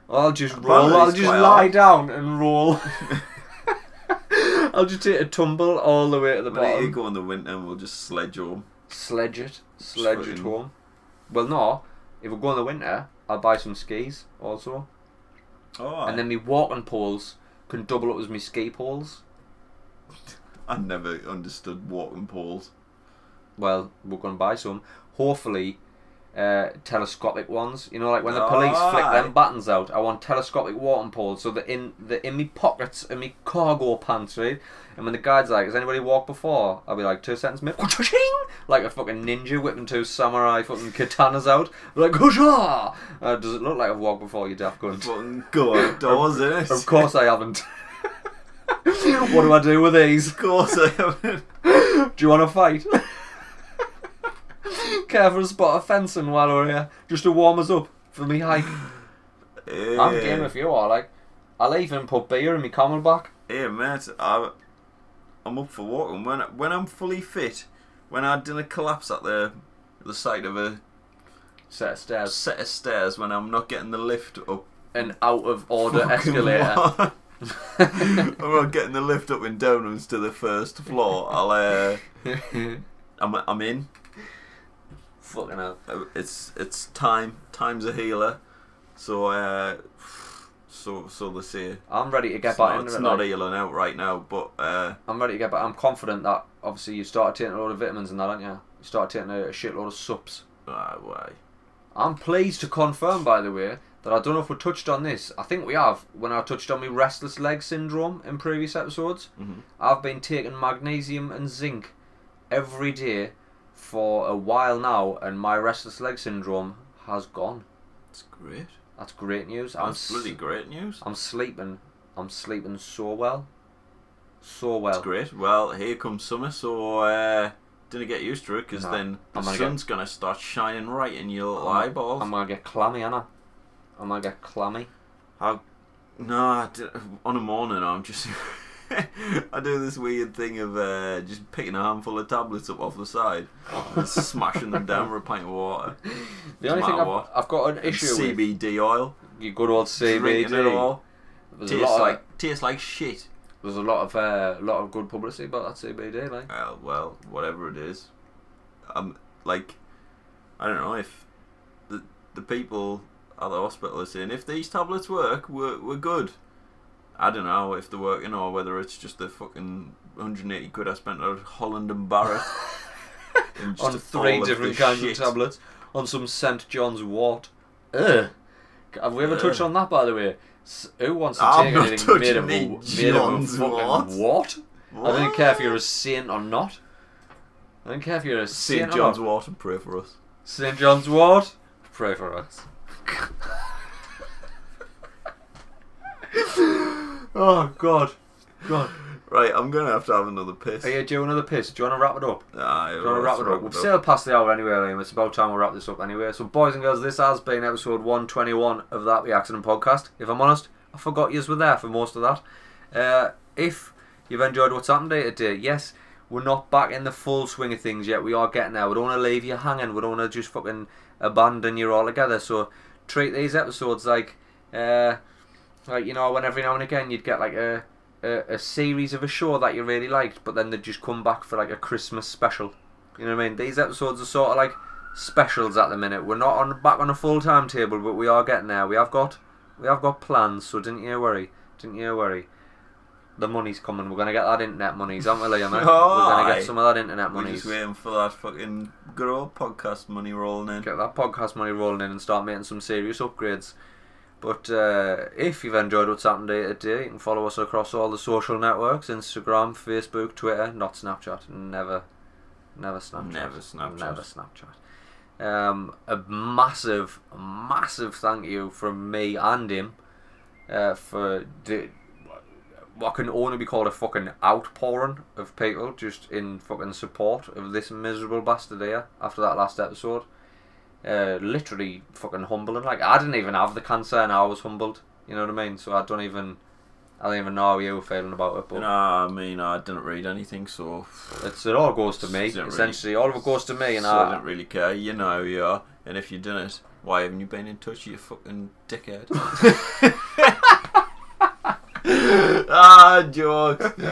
Speaker 1: I'll just
Speaker 2: Apparently
Speaker 1: roll. I'll
Speaker 2: it's
Speaker 1: just
Speaker 2: quite
Speaker 1: lie
Speaker 2: hard.
Speaker 1: down and roll. I'll just take a tumble all the way to the
Speaker 2: We need to
Speaker 1: bottom.
Speaker 2: go in the winter and we'll just sledge home.
Speaker 1: Sledge it. Sledge it
Speaker 2: fucking-
Speaker 1: home. Well, no. If we go in the winter, I'll buy some skis also.
Speaker 2: Oh,
Speaker 1: And then me walking poles can double up as me ski poles.
Speaker 2: I never understood walking poles.
Speaker 1: Well, we're going to buy some. Hopefully, uh, telescopic ones. You know, like when the police flick
Speaker 2: Aye.
Speaker 1: them buttons out, I want telescopic walking poles so they're in, they're in me pockets, in me cargo pants, right? And when the guide's like, has anybody walked before? I'll be like, two seconds, mate. Like a fucking ninja whipping two samurai fucking katanas out. Like, Husha! Uh, does it look like I've walked before, you daft cunt?
Speaker 2: Fucking go outdoors, innit?
Speaker 1: Of course I haven't. what do I do with these?
Speaker 2: Of course I haven't.
Speaker 1: Do you want to fight? Care for a spot of fencing while we're here, just to warm us up for me hike. I'm
Speaker 2: Eh.
Speaker 1: game if you are. Like, I'll even put beer in my camel back.
Speaker 2: Hey mate, I, I'm up for walking when when I'm fully fit. When I didn't collapse at the the side of a
Speaker 1: Set of stairs
Speaker 2: set of stairs when I'm not getting the lift up.
Speaker 1: and out of order
Speaker 2: Fucking
Speaker 1: escalator.
Speaker 2: what? I'm not getting the lift up and downwards to the first floor. I'll uh, I'm I'm in.
Speaker 1: Fucking hell.
Speaker 2: Uh, It's it's time. Time's a healer. So uh, so so they say.
Speaker 1: I'm ready to get
Speaker 2: It's
Speaker 1: back
Speaker 2: not,
Speaker 1: into
Speaker 2: it's
Speaker 1: it.
Speaker 2: not
Speaker 1: like.
Speaker 2: healing out right now, but uh,
Speaker 1: I'm ready to get back. I'm confident that obviously you started taking a load of vitamins and that, aren't you? You started taking a, a shitload of sups.
Speaker 2: ah, why?
Speaker 1: I'm pleased to confirm, by the way, that I don't know if we touched on this. I think we have when I touched on my restless leg syndrome in previous episodes.
Speaker 2: Mhm.
Speaker 1: I've been taking magnesium and zinc every day for a while now, and my restless leg syndrome has gone.
Speaker 2: It's great.
Speaker 1: That's great news. I'm
Speaker 2: That's bloody
Speaker 1: s-
Speaker 2: great news.
Speaker 1: I'm sleeping. I'm sleeping so well, so
Speaker 2: That's
Speaker 1: well.
Speaker 2: great. Well, here comes summer, so uh, didn't get used to it because
Speaker 1: No,
Speaker 2: then the
Speaker 1: I'm gonna
Speaker 2: sun's gonna start shining right in your little
Speaker 1: I'm-
Speaker 2: eyeballs.
Speaker 1: I'm gonna get clammy, Anna. I'm gonna get clammy.
Speaker 2: no, I d- on a morning I'm just. I do this weird thing of uh, just picking a handful of tablets up off the side and smashing them down with a pint of water.
Speaker 1: The only thing
Speaker 2: matter
Speaker 1: I've,
Speaker 2: what.
Speaker 1: I've got an issue with
Speaker 2: CBD oil.
Speaker 1: you good old
Speaker 2: Drinking it
Speaker 1: CBD.
Speaker 2: all.
Speaker 1: There's a
Speaker 2: Tastes
Speaker 1: lot of
Speaker 2: like, tastes like shit.
Speaker 1: There's a lot of uh, lot of good publicity about that CBD, like.
Speaker 2: Uh, well, whatever it is, um, like, I don't know if the the people at the hospital are saying if these tablets work, we're we're good. I don't know if they're working or whether it's just the fucking 180 quid I spent on Holland and Barrett. and just
Speaker 1: on
Speaker 2: a
Speaker 1: three
Speaker 2: bowl of
Speaker 1: different
Speaker 2: the
Speaker 1: kinds
Speaker 2: shit.
Speaker 1: of tablets on some St John's wort. Ugh. Have we ever touched on that, by the way? S- who wants to
Speaker 2: I'm
Speaker 1: take
Speaker 2: not
Speaker 1: anything made
Speaker 2: touching
Speaker 1: of, a,
Speaker 2: any
Speaker 1: made of a
Speaker 2: John's wort.
Speaker 1: fucking wort? I don't
Speaker 2: What?
Speaker 1: care if you're a saint or not. I don't care if you're a saint,
Speaker 2: St John's
Speaker 1: or not.
Speaker 2: wort and pray for us.
Speaker 1: St John's wort. Pray for us. oh God, God.
Speaker 2: Right, I'm gonna have to have another piss.
Speaker 1: Are you doing another piss? Do you want to wrap it up?
Speaker 2: Aye,
Speaker 1: Do you want
Speaker 2: let's
Speaker 1: to wrap it up? We've still past the hour anyway, Liam. It's about time we wrap this up anyway. So, boys and girls, this has been episode 121 of That The Accident Podcast. If I'm honest, I forgot yous were there for most of that. Uh, if you've enjoyed what's happened day to day, yes, we're not back in the full swing of things yet. We are getting there. We don't want to leave you hanging. We don't want to just fucking abandon you altogether. So, treat these episodes like. Uh, like you know when every now and again you'd get like a, a a series of a show that you really liked but then they'd just come back for like a christmas special you know what i mean these episodes are sort of like specials at the minute we're not on back on a full timetable but we are getting there we have got we have got plans so didn't you worry didn't you worry the money's coming we're going to get that internet monies aren't we liam eh? we're going to
Speaker 2: Aye.
Speaker 1: get some of that internet
Speaker 2: We're
Speaker 1: monies
Speaker 2: just waiting for that fucking good old podcast money rolling in.
Speaker 1: get that podcast money rolling in and start making some serious upgrades. But uh, if you've enjoyed what's happened day to day, you can follow us across all the social networks Instagram, Facebook, Twitter, not Snapchat. Never. Never Snapchat.
Speaker 2: Never Snapchat.
Speaker 1: Never Snapchat. Um, a massive, massive thank you from me and him uh, for the, what can only be called a fucking outpouring of people just in fucking support of this miserable bastard here after that last episode. Uh, literally fucking humbling. Like I didn't even have the cancer, and I was humbled. You know what I mean? So I don't even, I don't even know how you were feeling about it. But
Speaker 2: No, I mean I didn't read anything, so
Speaker 1: it's it all goes to me.
Speaker 2: Doesn't really-
Speaker 1: Essentially, all of it goes to me, and
Speaker 2: so I
Speaker 1: I,
Speaker 2: don't really care. You know, you are. And if you didn't, why haven't you been in touch? You fucking dickhead. ah, jokes. Yeah,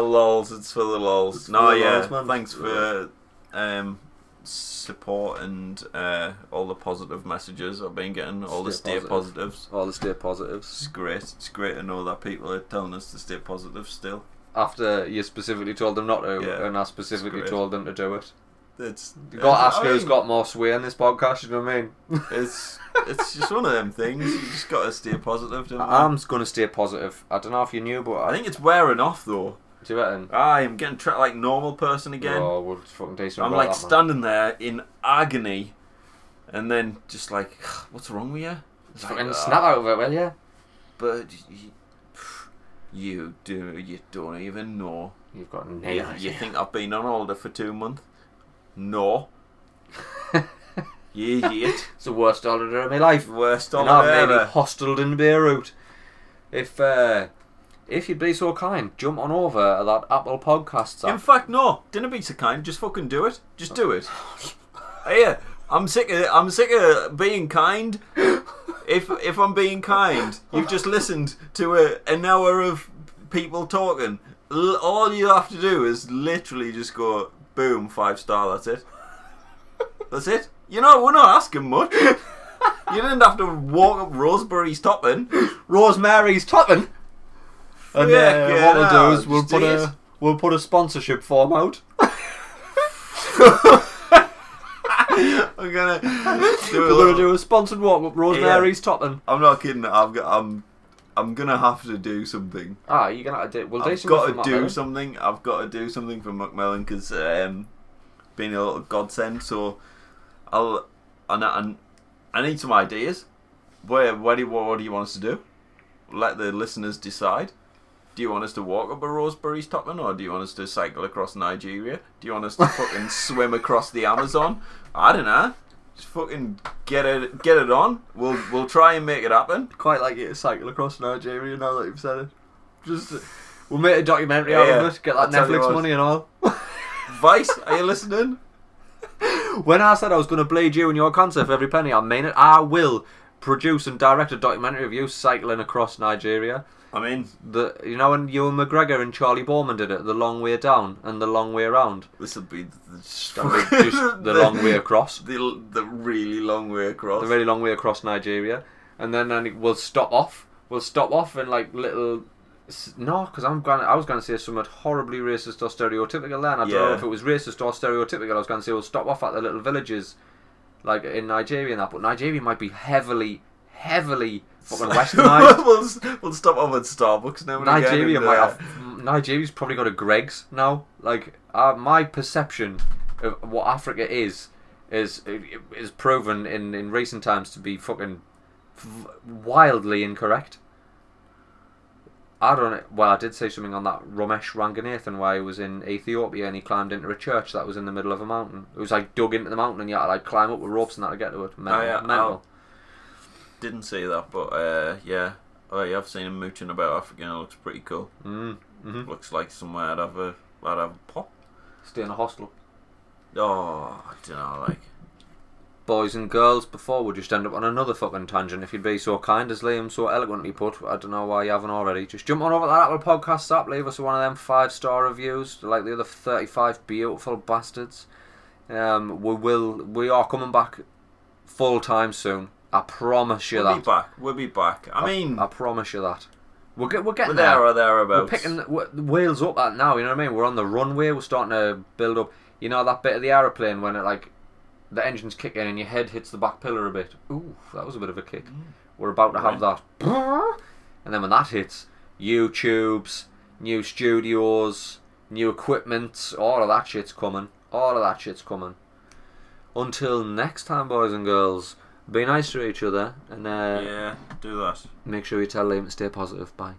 Speaker 2: lols. It's for the lols.
Speaker 1: It's
Speaker 2: no,
Speaker 1: for the
Speaker 2: yeah.
Speaker 1: lols, man.
Speaker 2: Thanks for um, support and uh, all the positive messages I've been getting. All the
Speaker 1: Stay
Speaker 2: stay
Speaker 1: positive.
Speaker 2: positives.
Speaker 1: all the stay positives.
Speaker 2: It's great. It's great to know that people are telling us to stay positive still.
Speaker 1: After you specifically told them not to,
Speaker 2: Yeah,
Speaker 1: and I specifically
Speaker 2: great.
Speaker 1: told them to do it.
Speaker 2: It's
Speaker 1: You got to ask
Speaker 2: I
Speaker 1: who's
Speaker 2: mean-
Speaker 1: got more sway in this podcast. You know what I mean?
Speaker 2: It's it's just one of them things. You just got to stay positive. Don't
Speaker 1: I'm
Speaker 2: you?
Speaker 1: gonna stay positive. I don't know if you knew, but
Speaker 2: I think it's wearing off though.
Speaker 1: do you reckon?
Speaker 2: I am getting treated like normal person again.
Speaker 1: Oh, we're fucking decent.
Speaker 2: I'm
Speaker 1: about
Speaker 2: like
Speaker 1: that, man.
Speaker 2: standing there in agony, and then just like, what's wrong with you? It's like,
Speaker 1: Fucking
Speaker 2: "Ah,
Speaker 1: snap out of it, will you?
Speaker 2: But you, you do. You don't even know.
Speaker 1: You've got no
Speaker 2: You, you think I've been on holiday for two months? No. you idiot.
Speaker 1: It's the worst holiday of my life.
Speaker 2: Worst
Speaker 1: And I've
Speaker 2: holiday
Speaker 1: nearly
Speaker 2: ever.
Speaker 1: hosteled in Beirut. If uh, if you'd be so kind, jump on over to that Apple Podcasts
Speaker 2: In
Speaker 1: app.
Speaker 2: fact, no. Dinner be so kind. Just fucking do it. Just do it. yeah, I'm sick. Of, I'm sick of being kind. If if I'm being kind, you've just listened to a, an hour of people talking. L- all you have to do is literally just go boom five star. That's it. That's it. You know we're not asking much. You didn't have to walk up Roseberry's topping.
Speaker 1: Rosemary's Topping. And uh,
Speaker 2: Fucking
Speaker 1: what we'll
Speaker 2: hell,
Speaker 1: do is we'll
Speaker 2: just
Speaker 1: put
Speaker 2: do it.
Speaker 1: a we'll put a sponsorship form out.
Speaker 2: I'm gonna do a
Speaker 1: We're
Speaker 2: little-
Speaker 1: gonna do a sponsored walk up Rosemary's Topping.
Speaker 2: I'm not kidding. I've got. I'm. I'm gonna have to do something.
Speaker 1: Ah, you're gonna have to do. We'll do
Speaker 2: I've
Speaker 1: something
Speaker 2: got
Speaker 1: from
Speaker 2: to
Speaker 1: that,
Speaker 2: do
Speaker 1: then.
Speaker 2: something. I've got to do something for Macmillan because um, been a little godsend. So I'll. And I, I need some ideas. Where? Where do? What, what do you want us to do? Let the listeners decide. Do you want us to walk up a Roseberry's Topman, or do you want us to cycle across Nigeria? Do you want us to fucking swim across the Amazon? I don't know. Just fucking get it, get it on. We'll we'll try and make it happen.
Speaker 1: quite like it to cycle across Nigeria now that you've said it. Just uh, we'll make a documentary out
Speaker 2: Yeah,
Speaker 1: of it, get
Speaker 2: I'll
Speaker 1: that
Speaker 2: tell you
Speaker 1: Netflix
Speaker 2: what.
Speaker 1: money and all.
Speaker 2: Vice, are you listening?
Speaker 1: when I said I was going to bleed you and your cancer for every penny, I mean it. I will produce and direct a documentary of you cycling across Nigeria.
Speaker 2: I'm in.
Speaker 1: The you know when Ewan McGregor and Charlie Borman did it, the long way down and the long way around.
Speaker 2: This will be the, just
Speaker 1: Just the, long way across,
Speaker 2: The, the really long way across.
Speaker 1: the really long way across Nigeria, and then then we'll stop off. We'll stop off in like little. s- No, because I'm going. I was going to say something horribly racist or stereotypical. Then I don't know
Speaker 2: Yeah.
Speaker 1: if it was racist or stereotypical. I was going to say we'll stop off at the little villages, like in Nigeria and that. But Nigeria might be heavily, heavily fucking westernized.
Speaker 2: we'll, s- we'll stop over at Starbucks now and again.
Speaker 1: Nigeria
Speaker 2: and,
Speaker 1: might
Speaker 2: uh,
Speaker 1: have. m- Nigeria's probably got a Greg's now. Like uh, my perception of what Africa is is is proven in in recent times to be fucking v- wildly incorrect. I don't know. Well, I did say something on that Ramesh Ranganathan where he was in Ethiopia and he climbed into a church that was in the middle of a mountain. It was like dug into the mountain and you had to like climb up with ropes and that to get to it. Mental.
Speaker 2: Oh, yeah,
Speaker 1: mental.
Speaker 2: Didn't say that, but uh, yeah. Oh, yeah, I've seen him mooching about Africa and it looks pretty cool.
Speaker 1: Mm, hmm
Speaker 2: Looks like somewhere I'd have a, I'd have a pop.
Speaker 1: Stay in a hostel.
Speaker 2: Oh, I don't know, like.
Speaker 1: boys and girls before we just end up on another fucking tangent if you'd be so kind as Liam so eloquently put I don't know why you haven't already just jump on over to that Apple Podcasts app leave us one of them five star reviews like the other 35 beautiful bastards um, we will we are coming back full time soon I promise you
Speaker 2: We'll be
Speaker 1: that
Speaker 2: back. We'll be back. I mean,
Speaker 1: I promise you that we're, get, we're
Speaker 2: we're
Speaker 1: getting
Speaker 2: there or
Speaker 1: we're
Speaker 2: thereabouts.
Speaker 1: picking we're, the wheels up at now. You know what I mean? We're on the runway. We're starting to build up. You know that bit of the aeroplane when it like the engines kick in and your head hits the back pillar a bit. Ooh, that was a bit of a kick. We're about to have that. And then when that hits, YouTube's new studios, new equipment, all of that shit's coming. All of that shit's coming. Until next time, boys and girls, be nice to each other and uh,
Speaker 2: Yeah, do that.
Speaker 1: make sure you tell Liam to stay positive. Bye.